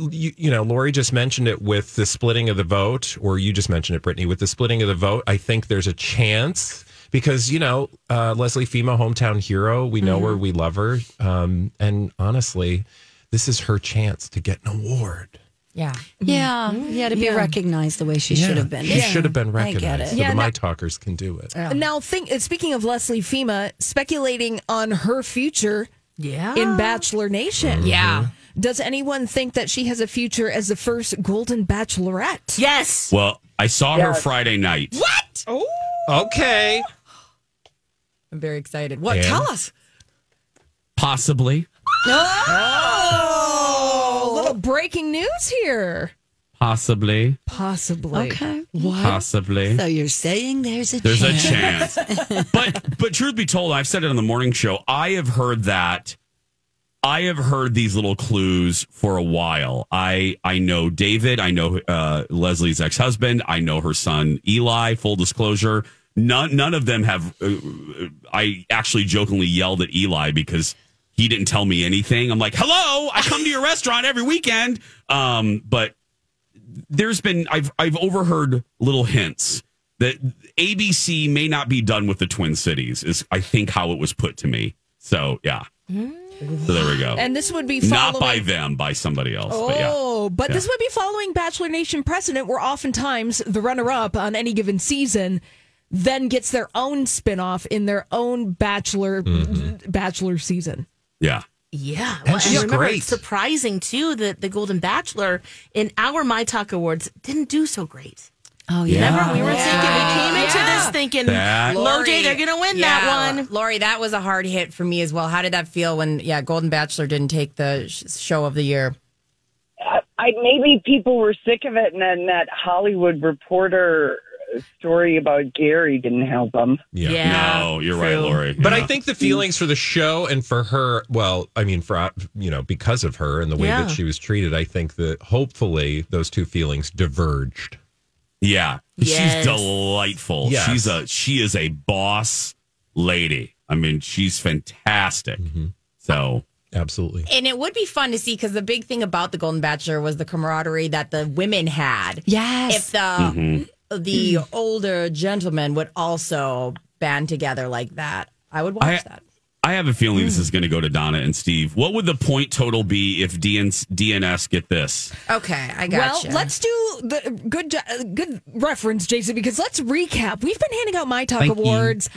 Speaker 4: you, you know, Lori just mentioned it with the splitting of the vote, or you just mentioned it, Brittany, with the splitting of the vote. I think there's a chance. Because you know uh, Leslie Fema, hometown hero, we
Speaker 5: Mm-hmm.
Speaker 4: know her, we love her, um, and honestly, this is her chance to get an award.
Speaker 3: Yeah.
Speaker 13: Yeah. Yeah, to be recognized the way she should have been.
Speaker 4: She should have been
Speaker 13: I get
Speaker 4: recognized.
Speaker 13: it.
Speaker 4: So
Speaker 2: Yeah,
Speaker 4: the
Speaker 2: no-
Speaker 4: My Talkers can do it.
Speaker 5: Uh-huh.
Speaker 2: Now, think. uh, Speaking of Leslie Fema, speculating on her future.
Speaker 12: Yeah.
Speaker 5: Ah.
Speaker 2: In Bachelor Nation.
Speaker 12: Yeah.
Speaker 2: Does anyone think that she has a future as the first Golden Bachelorette?
Speaker 12: Yes.
Speaker 5: Well, I saw her
Speaker 2: Yes.
Speaker 5: Friday night.
Speaker 2: What? Oh.
Speaker 13: Uh,
Speaker 4: Okay.
Speaker 3: I'm very excited. What?
Speaker 5: And-
Speaker 3: Tell us.
Speaker 5: Possibly.
Speaker 2: Oh, little breaking news here.
Speaker 5: Possibly.
Speaker 2: Possibly.
Speaker 13: Okay.
Speaker 2: What?
Speaker 5: Possibly.
Speaker 13: So you're saying there's a
Speaker 5: There's a
Speaker 13: chance. *laughs*
Speaker 5: but but truth be told, I've said it on the morning show. I have heard that. I have heard these little clues for a while. I I know David. I know uh, Leslie's ex husband. I know her son Eli. Full disclosure, none none of them have. Uh, I actually jokingly yelled at Eli because he didn't tell me anything. I'm like, hello, I come to your restaurant every weekend. Um, but there's been I've I've overheard little hints that ABC may not be done with the Twin Cities is I think how it was put to me. So yeah, so there we go.
Speaker 2: And this would be
Speaker 5: not by
Speaker 2: following-
Speaker 5: them, by somebody else. but yeah.
Speaker 2: Oh, but this
Speaker 5: Yeah.
Speaker 2: would be following Bachelor Nation precedent, where oftentimes the runner-up on any given season then gets their own spin-off in their own Bachelor
Speaker 5: Mm-hmm.
Speaker 2: Bachelor season.
Speaker 5: yeah.
Speaker 12: Yeah,
Speaker 5: And
Speaker 12: well,
Speaker 5: she's
Speaker 12: and remember,
Speaker 5: great.
Speaker 12: it's surprising too that the Golden Bachelor in our My Talk Awards didn't do so great.
Speaker 13: Oh
Speaker 12: yeah, remember we were thinking we came into
Speaker 3: Yeah.
Speaker 12: this thinking
Speaker 5: That-
Speaker 12: low day they're gonna win that one.
Speaker 3: Lori, that was a hard hit for me as well. How did that feel when, yeah, Golden Bachelor didn't take the sh- show of the year?
Speaker 19: I maybe people were sick of it, and then that Hollywood reporter story about Gary didn't help them.
Speaker 5: No, you're right, Lori.
Speaker 4: But
Speaker 5: Yeah.
Speaker 4: I think the feelings for the show and for her, well, I mean, for uh, you know, because of her and the way
Speaker 5: Yeah.
Speaker 4: that she was treated, I think that hopefully those two feelings diverged.
Speaker 5: Yeah,
Speaker 4: Yes.
Speaker 5: she's delightful.
Speaker 4: Yes.
Speaker 5: She's a she is a boss lady. I mean, she's fantastic.
Speaker 4: Mm-hmm.
Speaker 5: So
Speaker 4: absolutely.
Speaker 3: And it would be fun to see because the big thing about the Golden Bachelor was the camaraderie that the women had.
Speaker 13: Yes.
Speaker 3: If the
Speaker 5: Mhm.
Speaker 3: the older gentlemen would also band together like that, I would watch
Speaker 5: I-
Speaker 3: that.
Speaker 5: I have a feeling this is going to go to Donna and Steve. What would the point total be if DN- DNS get this?
Speaker 3: Okay, I
Speaker 2: Well,
Speaker 3: gotcha.
Speaker 2: let's do the good jo- uh, good reference, Jason, because let's recap. We've been handing out my talk
Speaker 5: Thank you.
Speaker 2: awards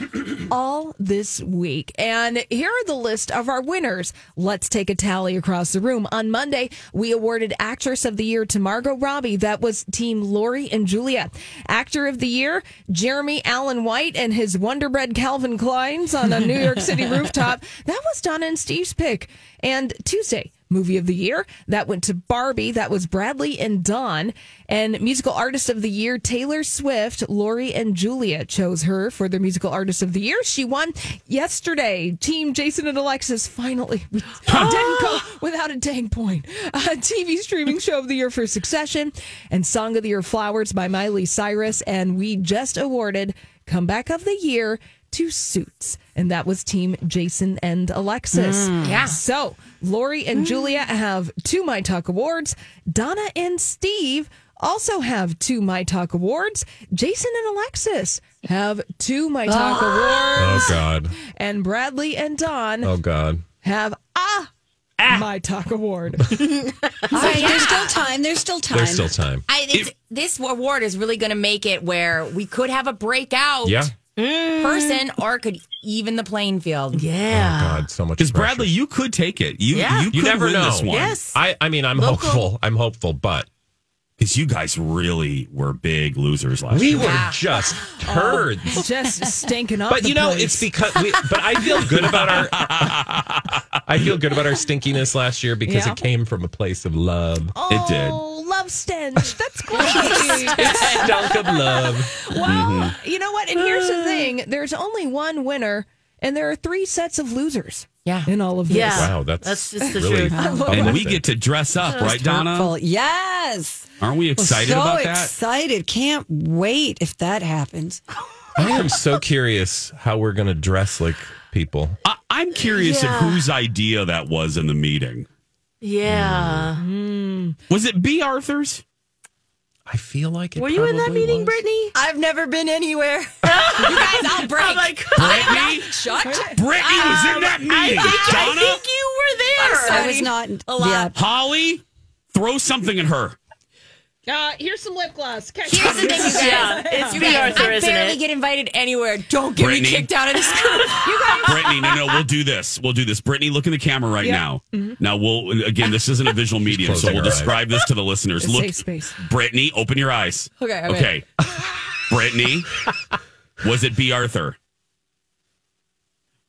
Speaker 2: all this week, and here are the list of our winners. Let's take a tally across the room. On Monday, we awarded Actress of the Year to Margot Robbie. That was Team Lori and Julia. Actor of the Year, Jeremy Allen White and his Wonder Bread Calvin Klein's on a New York
Speaker 3: *laughs*
Speaker 2: City rooftop. That was Donna and Steve's pick. And Tuesday, movie of the year. That went to Barbie. That was Bradley and Don. And musical artist of the year, Taylor Swift. Lori and Julia chose her for their musical artist of the year. She won yesterday. Team Jason and Alexis finally *laughs* we didn't go without a dang point. Uh, TV streaming show of the year for Succession and Song of the Year Flowers by Miley Cyrus. And we just awarded Comeback of the Year to Suits. And that was Team Jason and Alexis.
Speaker 12: Mm. Yeah.
Speaker 2: So Lori
Speaker 4: Mm.
Speaker 2: and Julia have two My Talk Awards. Donna and Steve also have two My Talk Awards. Jason and Alexis have two My Talk
Speaker 4: Oh
Speaker 2: Awards.
Speaker 4: God.
Speaker 2: And Bradley and Don
Speaker 4: Oh God.
Speaker 2: have a My Talk Award.
Speaker 13: All right, there's still time. There's still time.
Speaker 4: There's still time.
Speaker 3: I, it's, this award is really going to make it where we could have a breakout
Speaker 4: Yeah.
Speaker 3: person or could even the playing field.
Speaker 12: Yeah.
Speaker 4: Oh, God, so much.
Speaker 5: Because Bradley, you could take it. You
Speaker 3: Yeah.
Speaker 5: you,
Speaker 3: You
Speaker 5: could
Speaker 4: never
Speaker 5: win
Speaker 4: know.
Speaker 5: this one.
Speaker 3: Yes.
Speaker 4: I, I mean, I'm
Speaker 3: Local.
Speaker 4: hopeful. I'm hopeful, but
Speaker 5: because you guys really were big losers last
Speaker 4: we
Speaker 5: year.
Speaker 4: were just turds.
Speaker 2: Just stinking up.
Speaker 4: But
Speaker 2: the
Speaker 4: you know,
Speaker 2: place.
Speaker 4: it's because. We, but I feel good about our. I feel good about our stinkiness last year because
Speaker 2: Yeah.
Speaker 4: it came from a place of love. it did.
Speaker 2: Oh, love stench. That's great.
Speaker 4: *laughs* Stunk of love.
Speaker 2: Well, you know what? And here's the thing: there's only one winner, and there are three sets of losers. Yeah, in all of this.
Speaker 5: Yeah. Wow, that's That's just the
Speaker 12: *laughs*
Speaker 5: really truth.
Speaker 2: Well,
Speaker 5: And we get to dress up, right, Donna?
Speaker 13: Hurtful. Yes.
Speaker 5: Aren't we excited
Speaker 13: so
Speaker 5: about that?
Speaker 13: excited. Can't wait if that happens.
Speaker 4: I am so curious how we're going to dress like people.
Speaker 5: I, I'm curious
Speaker 12: Yeah.
Speaker 5: of whose idea that was in the meeting. Mm.
Speaker 12: Yeah.
Speaker 5: Was it
Speaker 12: *laughs*
Speaker 5: B. Arthur's?
Speaker 4: I feel like it.
Speaker 12: Were you in that
Speaker 4: probably
Speaker 12: meeting,
Speaker 4: was.
Speaker 12: Brittany?
Speaker 13: I've never been anywhere. you
Speaker 12: guys, I'll break. Oh my
Speaker 5: Brittany?
Speaker 13: Shut.
Speaker 5: Brittany was in that meeting.
Speaker 12: Uh, I think, I
Speaker 5: Donna?
Speaker 12: think you were
Speaker 13: I'm
Speaker 12: there.
Speaker 13: sorry. I was not. Yeah.
Speaker 5: Holly, throw something at her.
Speaker 16: Uh, here's some lip gloss. Catch
Speaker 3: Here's the thing, you guys.
Speaker 12: Yeah, it's
Speaker 3: You
Speaker 12: me,
Speaker 3: guys,
Speaker 12: Arthur,
Speaker 3: I
Speaker 12: isn't
Speaker 3: barely
Speaker 12: it?
Speaker 3: get invited anywhere. Don't get
Speaker 5: Brittany.
Speaker 3: me kicked out of this *laughs* group. You guys.
Speaker 5: Brittany, no, no, we'll do this. We'll do this. Brittany, look in the camera right
Speaker 3: Yeah. Mm-hmm.
Speaker 5: now. Now, we'll, again, this isn't
Speaker 4: *laughs*
Speaker 5: a visual medium, so
Speaker 4: closing
Speaker 5: we'll
Speaker 4: her eyes.
Speaker 5: describe this to the listeners.
Speaker 2: It's
Speaker 5: Look,
Speaker 2: safe space.
Speaker 5: Brittany, open your eyes.
Speaker 2: Okay,
Speaker 5: Okay.
Speaker 2: okay.
Speaker 3: *laughs*
Speaker 5: Brittany, was it B. Arthur?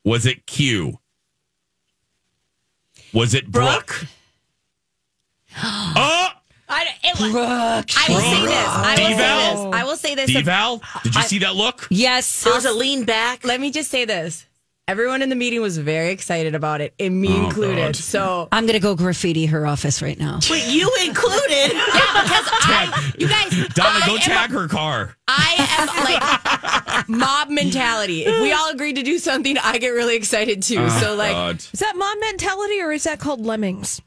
Speaker 5: Was it Q? Was it Brooke? oh!
Speaker 3: I, it, I will say this. I will say
Speaker 5: Deval?
Speaker 3: this. I will say this.
Speaker 5: Deval? Did you see that look?
Speaker 3: Yes.
Speaker 12: There was a lean back.
Speaker 3: Let me just say this. Everyone in the meeting was very excited about it, and me
Speaker 13: Oh,
Speaker 3: included.
Speaker 13: God.
Speaker 3: So
Speaker 13: I'm going to go graffiti her office right now.
Speaker 12: Wait, you included.
Speaker 3: *laughs* yeah, because I, you guys,
Speaker 5: Donna,
Speaker 3: I
Speaker 5: go
Speaker 3: am
Speaker 5: tag her car.
Speaker 3: I am like mob mentality. If we all agree to do something, I get really excited too.
Speaker 5: Oh,
Speaker 3: so like,
Speaker 5: God.
Speaker 2: Is that mom mentality or is that called lemmings?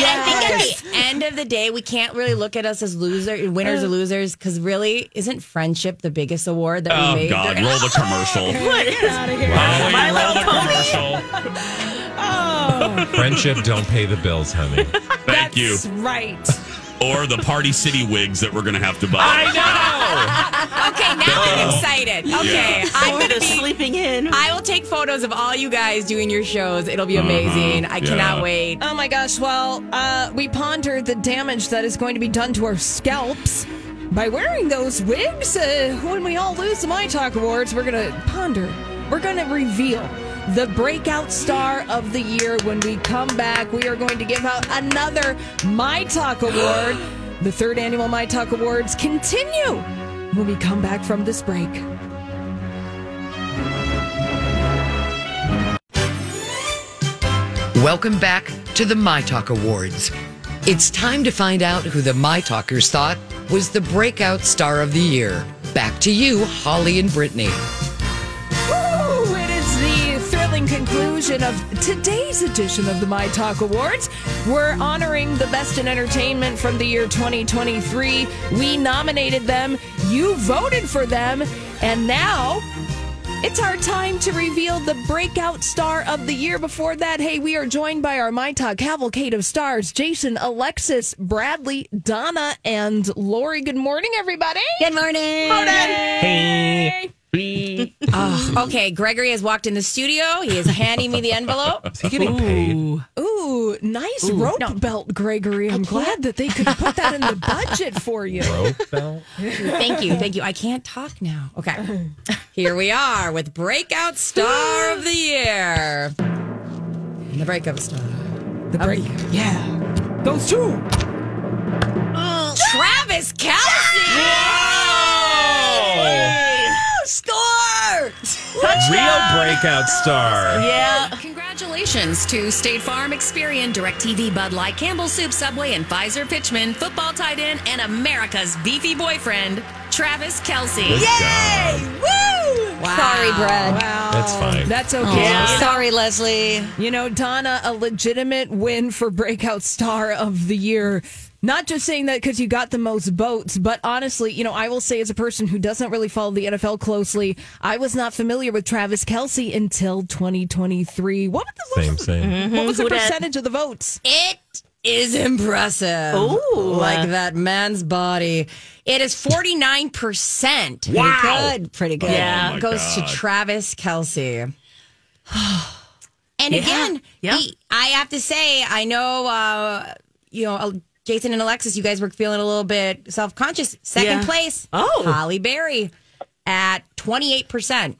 Speaker 3: And I think at the end of the day, we can't really look at us as losers, winners or losers, because really, isn't friendship the biggest award that we
Speaker 5: Oh,
Speaker 3: made?
Speaker 5: God. Roll the
Speaker 3: *laughs*
Speaker 5: commercial.
Speaker 12: *laughs* What is
Speaker 5: Holly,
Speaker 12: My
Speaker 5: roll
Speaker 12: Little
Speaker 5: the
Speaker 12: Pony?
Speaker 5: commercial.
Speaker 4: Friendship don't pay the bills,
Speaker 12: *laughs*
Speaker 4: honey.
Speaker 5: Thank you.
Speaker 2: right.
Speaker 5: Or the Party City wigs that we're going to have to buy.
Speaker 4: I
Speaker 3: Okay, now I'm excited. Okay,
Speaker 12: Yeah.
Speaker 3: I'm
Speaker 12: Or
Speaker 3: gonna
Speaker 12: the
Speaker 3: be
Speaker 12: sleeping in.
Speaker 3: I will take photos of all you guys doing your shows. It'll be amazing. I
Speaker 5: Yeah.
Speaker 3: cannot wait.
Speaker 2: Oh my gosh. Well, uh, we ponder the damage that is going to be done to our scalps by wearing those wigs. Uh, when we all lose the My Talk Awards, we're going to ponder, we're going to reveal the breakout star of the year. When we come back, we are going to give out another My Talk Award. the third annual My Talk Awards continue when we come back from this break.
Speaker 1: Welcome back to the My Talk Awards. It's time to find out who the My Talkers thought was the breakout star of the year. Back to you, Holly and Brittany.
Speaker 2: Woo! It is the thrilling conclusion of today's edition of the My Talk Awards. We're honoring the best in entertainment from the year 2023. We nominated them, you voted for them, and now it's our time to reveal the breakout star of the year. Before that, hey, we are joined by our My Talk cavalcade of stars Jason, Alexis, Bradley, Donna, and Lori. Good morning, everybody.
Speaker 13: Good morning.
Speaker 4: Hey.
Speaker 3: Oh, okay, Gregory has walked in the studio. He is handing me the envelope.
Speaker 4: Is he getting paid?
Speaker 2: Ooh, nice
Speaker 3: Ooh.
Speaker 2: rope belt, Gregory. I'm glad that they could put that in the budget for *laughs* you.
Speaker 4: Rope belt?
Speaker 3: Thank you, thank you. I can't talk now. Okay, here we are with breakout star of the year. The breakup star.
Speaker 2: The break. Um, Yeah. Those two.
Speaker 3: Travis Kelsey.
Speaker 14: Score!
Speaker 4: Real breakout star.
Speaker 14: Yeah. Congratulations to State Farm, Experian, DirecTV, Bud Light, Campbell Soup, Subway, and Pfizer Pitchman, football tight end, and America's beefy boyfriend, Travis Kelsey.
Speaker 4: Good job.
Speaker 2: Woo!
Speaker 14: Wow.
Speaker 13: Sorry, Brad.
Speaker 2: Wow.
Speaker 4: That's fine.
Speaker 2: That's okay.
Speaker 13: Sorry, Leslie.
Speaker 2: You know, Donna, a legitimate win for breakout star of the year. Not just saying that because you got the most votes, but honestly, you know, I will say as a person who doesn't really follow the NFL closely, I was not familiar with Travis Kelsey until 2023. What was the,
Speaker 4: Same, same.
Speaker 12: Mm-hmm.
Speaker 2: what was the
Speaker 13: Mm-hmm.
Speaker 3: Who dat?
Speaker 2: percentage of the votes?
Speaker 3: It is impressive.
Speaker 2: Ooh.
Speaker 3: like that man's body. It is 49%.
Speaker 13: Wow.
Speaker 3: Pretty good. Pretty good.
Speaker 13: Yeah. Oh my
Speaker 3: Goes
Speaker 13: God.
Speaker 3: to Travis Kelsey. *sighs* And
Speaker 13: Yeah.
Speaker 3: again, he- I have to say, I know, uh, you know, uh, Jason and Alexis, you guys were feeling a little bit self conscious. Second
Speaker 13: Yeah.
Speaker 3: place.
Speaker 13: Oh.
Speaker 3: Holly Berry at 28%.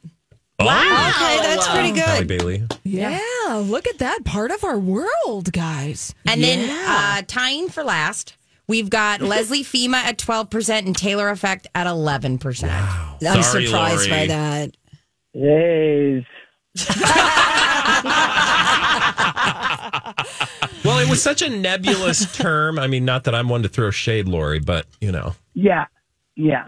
Speaker 13: Oh.
Speaker 4: Wow.
Speaker 2: Okay, that's pretty good.
Speaker 4: Holly Bailey.
Speaker 2: Yeah. look at that part of our world, guys.
Speaker 3: And then uh, tying for last,
Speaker 12: *laughs*
Speaker 3: we've got Leslie Fema at 12% and Taylor Effect at 11%.
Speaker 13: I'm surprised by that.
Speaker 19: Yes.
Speaker 4: Well, it was such a nebulous *laughs* term. I mean, not that I'm one to throw shade, Lori, but you know.
Speaker 19: Yeah. Yeah.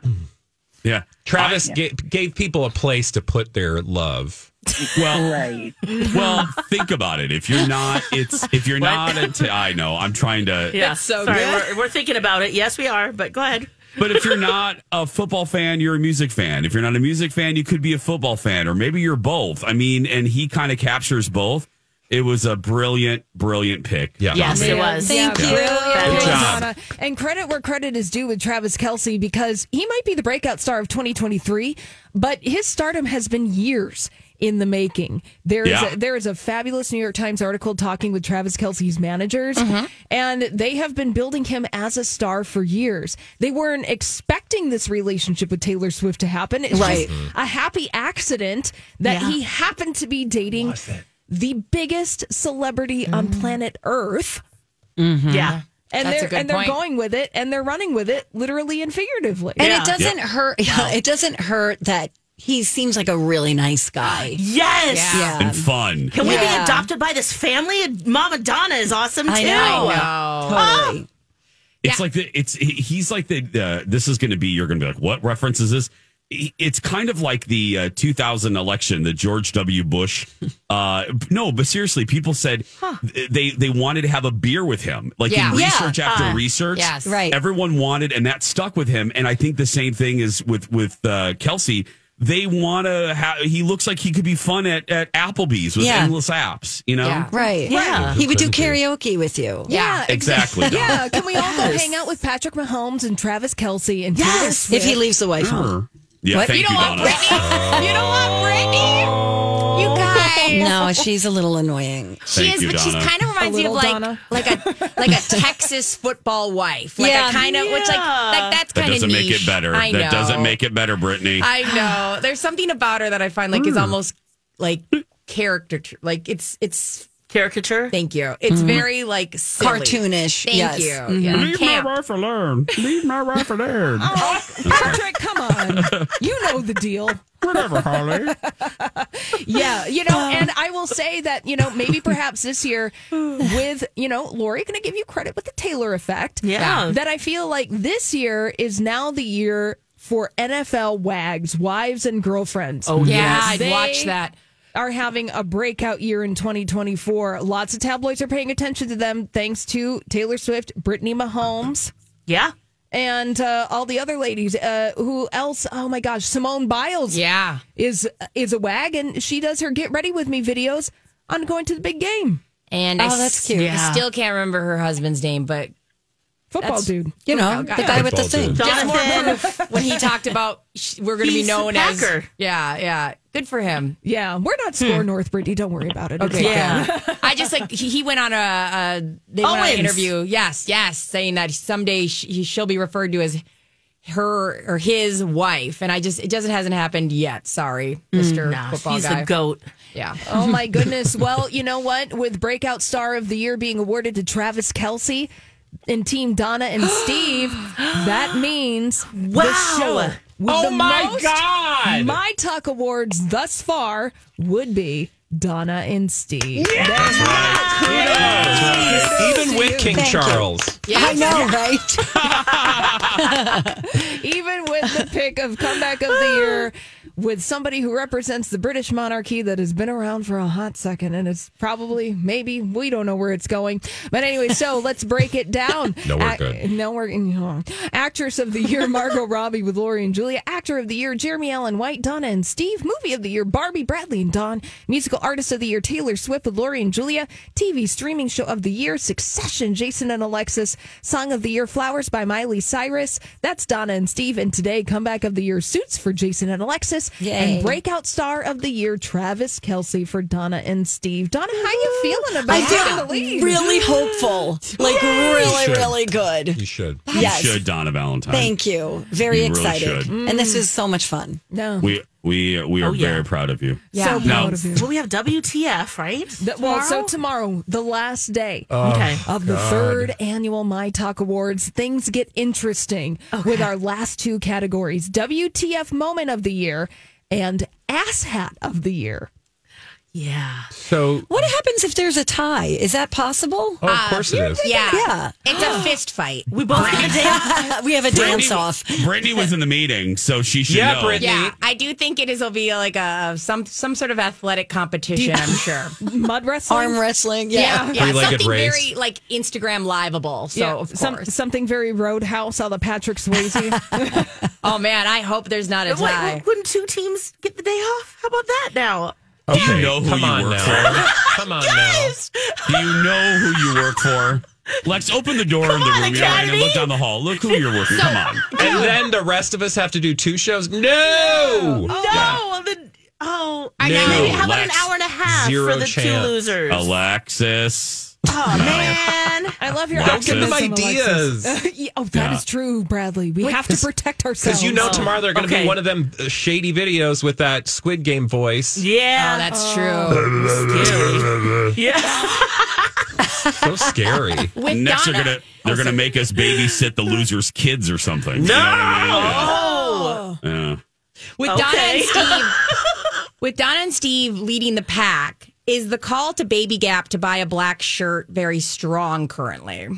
Speaker 5: Yeah.
Speaker 4: Travis ga- gave people a place to put their love.
Speaker 5: Well,
Speaker 19: right.
Speaker 5: Well, think about it. If you're not, it's if you're
Speaker 12: What?
Speaker 5: not. A t- I know. I'm trying to.
Speaker 12: Yeah.
Speaker 5: so
Speaker 12: Sorry,
Speaker 5: good.
Speaker 12: We're, we're thinking about it. Yes, we are, but go ahead.
Speaker 5: But if you're not a football fan, you're a music fan. If you're not a music fan, you could be a football fan, or maybe you're both. I mean, and he kind of captures both. It was a brilliant, brilliant pick. Yeah.
Speaker 12: Yes, it
Speaker 2: Yeah.
Speaker 12: was.
Speaker 2: Thank
Speaker 5: Yeah.
Speaker 2: you.
Speaker 5: Yeah. Good
Speaker 2: Thanks,
Speaker 5: job.
Speaker 2: Donna. And credit where credit is due with Travis Kelsey because he might be the breakout star of 2023, but his stardom has been years in the making. There is
Speaker 20: Yeah.
Speaker 2: a, there is a fabulous New York Times article talking with Travis Kelsey's managers,
Speaker 5: Mm-hmm.
Speaker 2: and they have been building him as a star for years. They weren't expecting this relationship with Taylor Swift to happen. It's
Speaker 13: Right.
Speaker 2: just a happy accident that
Speaker 13: Yeah.
Speaker 2: he happened to be dating the biggest celebrity on
Speaker 5: Mm.
Speaker 2: planet Earth.
Speaker 13: Yeah.
Speaker 2: And
Speaker 13: That's a
Speaker 2: they're
Speaker 13: good
Speaker 2: and they're
Speaker 13: point.
Speaker 2: going with it and they're running with it literally and figuratively.
Speaker 13: And it doesn't hurt. *laughs* It doesn't hurt that he seems like a really nice guy.
Speaker 12: *gasps* Yes.
Speaker 13: Yeah.
Speaker 5: And fun.
Speaker 12: Can we
Speaker 13: Yeah.
Speaker 12: be adopted by this family? Mama Donna is awesome too.
Speaker 13: I know. Ah! I know. Totally.
Speaker 5: It's like the it's he- he's like the uh, this is going to be you're going to be like what reference is this? He- It's kind of like the uh, 2000 election, the George
Speaker 13: *laughs*
Speaker 5: W. Bush. Uh, no, but seriously, people said th- they they wanted to have a beer with him, like
Speaker 13: Yeah.
Speaker 5: in
Speaker 13: Yeah.
Speaker 5: research after
Speaker 13: Uh,
Speaker 5: research.
Speaker 13: yes. Right.
Speaker 5: Everyone wanted, and that stuck with him. And I think the same thing is with with uh, Kelsey. They want to. Ha- he looks like he could be fun at, at Applebee's with
Speaker 13: Yeah.
Speaker 5: endless apps. You know,
Speaker 13: Right.
Speaker 5: Yeah.
Speaker 13: He would do karaoke with you.
Speaker 2: Yeah,
Speaker 13: *laughs*
Speaker 5: Exactly.
Speaker 2: Yeah, can we all go
Speaker 13: Yes.
Speaker 2: hang out with Patrick Mahomes and Travis Kelsey and Taylor
Speaker 13: Yes. If he
Speaker 2: Swift?
Speaker 13: leaves the wife home.
Speaker 5: Yeah,
Speaker 13: What?
Speaker 5: thank
Speaker 13: You
Speaker 5: you,
Speaker 13: don't want
Speaker 5: Donna.
Speaker 3: You know what, Brittany? You guys.
Speaker 13: No, she's a little annoying.
Speaker 3: She is, but she's kind of reminds me of like like a like a Texas football wife, like
Speaker 13: Yeah.
Speaker 3: a kind of which like, like that's
Speaker 5: That
Speaker 3: kind of
Speaker 5: doesn't make it better.
Speaker 3: I know.
Speaker 5: That doesn't make it better, Brittany.
Speaker 3: I know. There's something about her that I find like is almost like character, like it's it's
Speaker 12: caricature.
Speaker 3: Thank you. It's
Speaker 13: Mhm.
Speaker 3: very like silly.
Speaker 13: Cartoonish,
Speaker 3: Thank
Speaker 13: yes.
Speaker 3: you.
Speaker 13: Mhm.
Speaker 3: Yeah.
Speaker 13: Leave my
Speaker 3: Camp.
Speaker 5: wife alone. Leave my wife alone.
Speaker 2: Patrick, come on. You know the
Speaker 13: *laughs*
Speaker 2: deal.
Speaker 5: Whatever, Harley.
Speaker 2: *laughs* Yeah, you know, and I will say that, you know, maybe perhaps this year with, you know, Lori going to give you credit with the Taylor effect.
Speaker 12: Yeah.
Speaker 2: That I feel like this year is now the year for NFL wags, wives and girlfriends.
Speaker 3: Oh, Yeah, yes. I'd watch that.
Speaker 2: Are having a breakout year in 2024. Lots of tabloids are paying attention to them thanks to Taylor Swift, Brittany Mahomes.
Speaker 12: Yeah.
Speaker 2: And uh, all the other ladies, uh, who else? Oh my gosh, Simone Biles.
Speaker 3: Yeah,
Speaker 2: is is a wag, and she does her "Get Ready with Me" videos on going to the big game.
Speaker 3: And I s- I still can't remember her husband's name, but
Speaker 2: Football
Speaker 3: that's-
Speaker 2: dude.
Speaker 13: You know,
Speaker 3: Oh, God.
Speaker 13: the guy with the Football thing. dude.
Speaker 3: Just more
Speaker 13: *laughs* Jonathan.
Speaker 3: proof when he talked about sh- we're going to be
Speaker 13: He's a
Speaker 3: known as
Speaker 13: Packer.
Speaker 3: yeah, yeah. Good for him.
Speaker 2: Yeah, we're not score North Brittany. Don't worry about it. It's
Speaker 3: Hmm. Okay.
Speaker 2: fine.
Speaker 13: *laughs*
Speaker 3: Yeah. I just like he, he went on a, a they went on an
Speaker 2: Owens.
Speaker 3: interview. Yes, yes, saying that someday she, she'll be referred to as her or his wife, and I just it doesn't hasn't happened yet. Sorry,
Speaker 13: Mm.
Speaker 3: Mister Football
Speaker 12: he's the
Speaker 3: Guy.
Speaker 12: goat.
Speaker 3: Yeah.
Speaker 2: Oh my goodness. Well, you know what? With breakout star of the year being awarded to Travis Kelsey and Team
Speaker 12: *gasps*
Speaker 2: Donna and Steve, that means the
Speaker 12: Wow.
Speaker 2: show. with
Speaker 12: Oh
Speaker 2: the
Speaker 12: my
Speaker 2: most
Speaker 12: God.
Speaker 2: My Talk Awards thus far would be Donna and Steve. That's
Speaker 4: Even with King Charles.
Speaker 2: Yes.
Speaker 13: I know,
Speaker 12: *laughs*
Speaker 13: right?
Speaker 2: Even with the pick of comeback of the year, with somebody who represents the British monarchy that has been around for a hot second and it's probably, maybe, we don't know where it's going. But anyway,
Speaker 12: *laughs*
Speaker 2: so let's break it down.
Speaker 4: Nowhere
Speaker 2: Ac-
Speaker 4: good.
Speaker 2: Nowhere no. Actress of the Year,
Speaker 13: *laughs*
Speaker 2: Margot Robbie with Laurie and Julia. Actor of the Year, Jeremy Allen White, Donna and Steve. Movie of the Year, Barbie, Bradley and Don. Musical Artist of the Year, Taylor Swift with Laurie and Julia. TV Streaming Show of the Year, Succession, Jason and Alexis. Song of the Year, Flowers by Miley Cyrus. That's Donna and Steve. And today, Comeback of the Year, Suits for Jason and Alexis. And Breakout Star of the Year, Travis Kelsey for Donna and Steve. Donna, how you feeling about
Speaker 13: I
Speaker 2: taking the
Speaker 13: feel
Speaker 2: lead?
Speaker 13: really hopeful. Like
Speaker 2: Yay!
Speaker 13: really,
Speaker 5: You should.
Speaker 13: really good.
Speaker 5: You should.
Speaker 13: Yes.
Speaker 5: You should, Donna Valentine.
Speaker 13: Thank you. Very
Speaker 5: You really
Speaker 13: excited.
Speaker 5: should.
Speaker 13: And this is so much fun.
Speaker 2: No.
Speaker 5: We we we are
Speaker 13: Oh, yeah.
Speaker 5: very proud of you.
Speaker 13: Yeah. So
Speaker 5: Now,
Speaker 13: proud of
Speaker 12: Well, we have WTF, right?
Speaker 2: The- well, so tomorrow, the last day
Speaker 5: Oh, Okay.
Speaker 2: of the
Speaker 5: God.
Speaker 2: third annual My Talk Awards, things get interesting with our last two categories WTF Moment of the Year and Ass Hat of the Year.
Speaker 13: Yeah.
Speaker 4: So,
Speaker 13: What happens if there's a tie? Is that possible? Uh,
Speaker 4: Oh, of course it is.
Speaker 14: Yeah.
Speaker 13: Yeah.
Speaker 14: It's a fist fight.
Speaker 13: *gasps* We both
Speaker 3: *laughs*
Speaker 13: have a, we have a
Speaker 5: Brittany-
Speaker 13: dance off.
Speaker 5: Brittany was in the meeting, so she should know.
Speaker 3: Yeah, I do think it is will be like a some some sort of athletic competition. *laughs* I'm sure.
Speaker 2: Mud wrestling,
Speaker 13: arm wrestling,
Speaker 3: Yeah,
Speaker 13: yeah.
Speaker 3: yeah,
Speaker 4: Three-legged
Speaker 3: something
Speaker 4: race.
Speaker 3: very like Instagram liveable. So
Speaker 2: Yeah,
Speaker 3: of course.
Speaker 2: some- something very Roadhouse, all the Patrick *laughs* Swayze.
Speaker 3: oh man, I hope there's not a
Speaker 12: Wait,
Speaker 3: tie.
Speaker 12: wou- wouldn't two teams get the day off? How about that now?
Speaker 5: Okay, you know who
Speaker 4: come
Speaker 5: you
Speaker 4: on
Speaker 5: work
Speaker 4: now.
Speaker 5: for. Come on now. Do you know who you work for? Lex, open the door in the room you're in and look down the hall. Look who you're working. Come on.
Speaker 4: And then the rest of us have to do two shows? No!
Speaker 12: No,
Speaker 4: Yeah.
Speaker 12: well, then, oh, I
Speaker 4: No,
Speaker 12: know. Maybe how about
Speaker 5: Lex,
Speaker 12: an hour and a half
Speaker 5: Zero
Speaker 12: for the
Speaker 5: chance.
Speaker 12: two losers?
Speaker 5: Alexis.
Speaker 12: Oh man,
Speaker 2: I love your
Speaker 5: Don't give them
Speaker 2: optimism, Alexis. *laughs*
Speaker 4: ideas. *laughs*
Speaker 2: Yeah, oh, that is
Speaker 4: Yeah.
Speaker 2: true, Bradley. We have to protect ourselves.
Speaker 4: Because you know tomorrow they're going to
Speaker 2: Okay.
Speaker 4: be one of them uh, shady videos with that Squid Game voice.
Speaker 12: Yeah,
Speaker 3: oh, that's Oh.
Speaker 4: so
Speaker 12: yeah.
Speaker 5: scary.
Speaker 12: *laughs*
Speaker 3: With
Speaker 5: Next,
Speaker 3: Donna.
Speaker 5: they're gonna they're gonna make us babysit the losers' kids or something.
Speaker 4: No!
Speaker 3: Oh.
Speaker 5: Yeah. Yeah.
Speaker 3: with Donna and Steve. *laughs* with Donna and Steve leading the pack, is the call to Baby Gap to buy a black shirt very strong currently?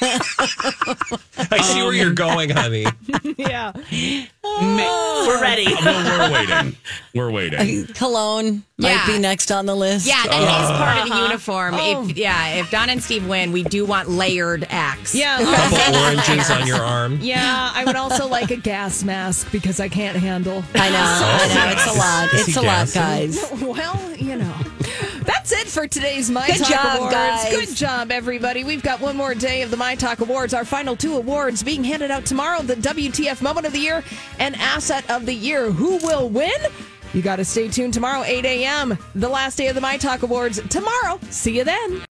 Speaker 4: I see where you're
Speaker 12: *laughs*
Speaker 4: going, honey.
Speaker 2: true. yeah.
Speaker 12: we're ready.
Speaker 5: Well, we're waiting. We're waiting.
Speaker 13: Cologne
Speaker 3: Yeah.
Speaker 13: might be next on the list.
Speaker 3: Yeah, that is part of the
Speaker 12: Uh-huh.
Speaker 3: uniform. If yeah, if Donna and Steve win, we do want layered acts.
Speaker 2: Yeah. oh,
Speaker 12: *laughs*
Speaker 4: Couple oranges on your arm.
Speaker 2: Yeah, I would also like a gas mask because I can't handle.
Speaker 13: I know. I know. It's a lot.
Speaker 4: Is- is
Speaker 13: it's
Speaker 4: he
Speaker 13: a lot,
Speaker 4: gassing?
Speaker 13: guys.
Speaker 2: Well, you know. That's it for today's My
Speaker 13: Good
Speaker 2: Talk
Speaker 13: job,
Speaker 2: Awards.
Speaker 13: guys.
Speaker 2: Good job, everybody. We've got one more day of the My Talk Awards. Our final two awards being handed out tomorrow the WTF Moment of the Year and Asset of the Year. Who will win? You got to stay tuned tomorrow, 8 a.m., the last day of the My Talk Awards. Tomorrow, see you then.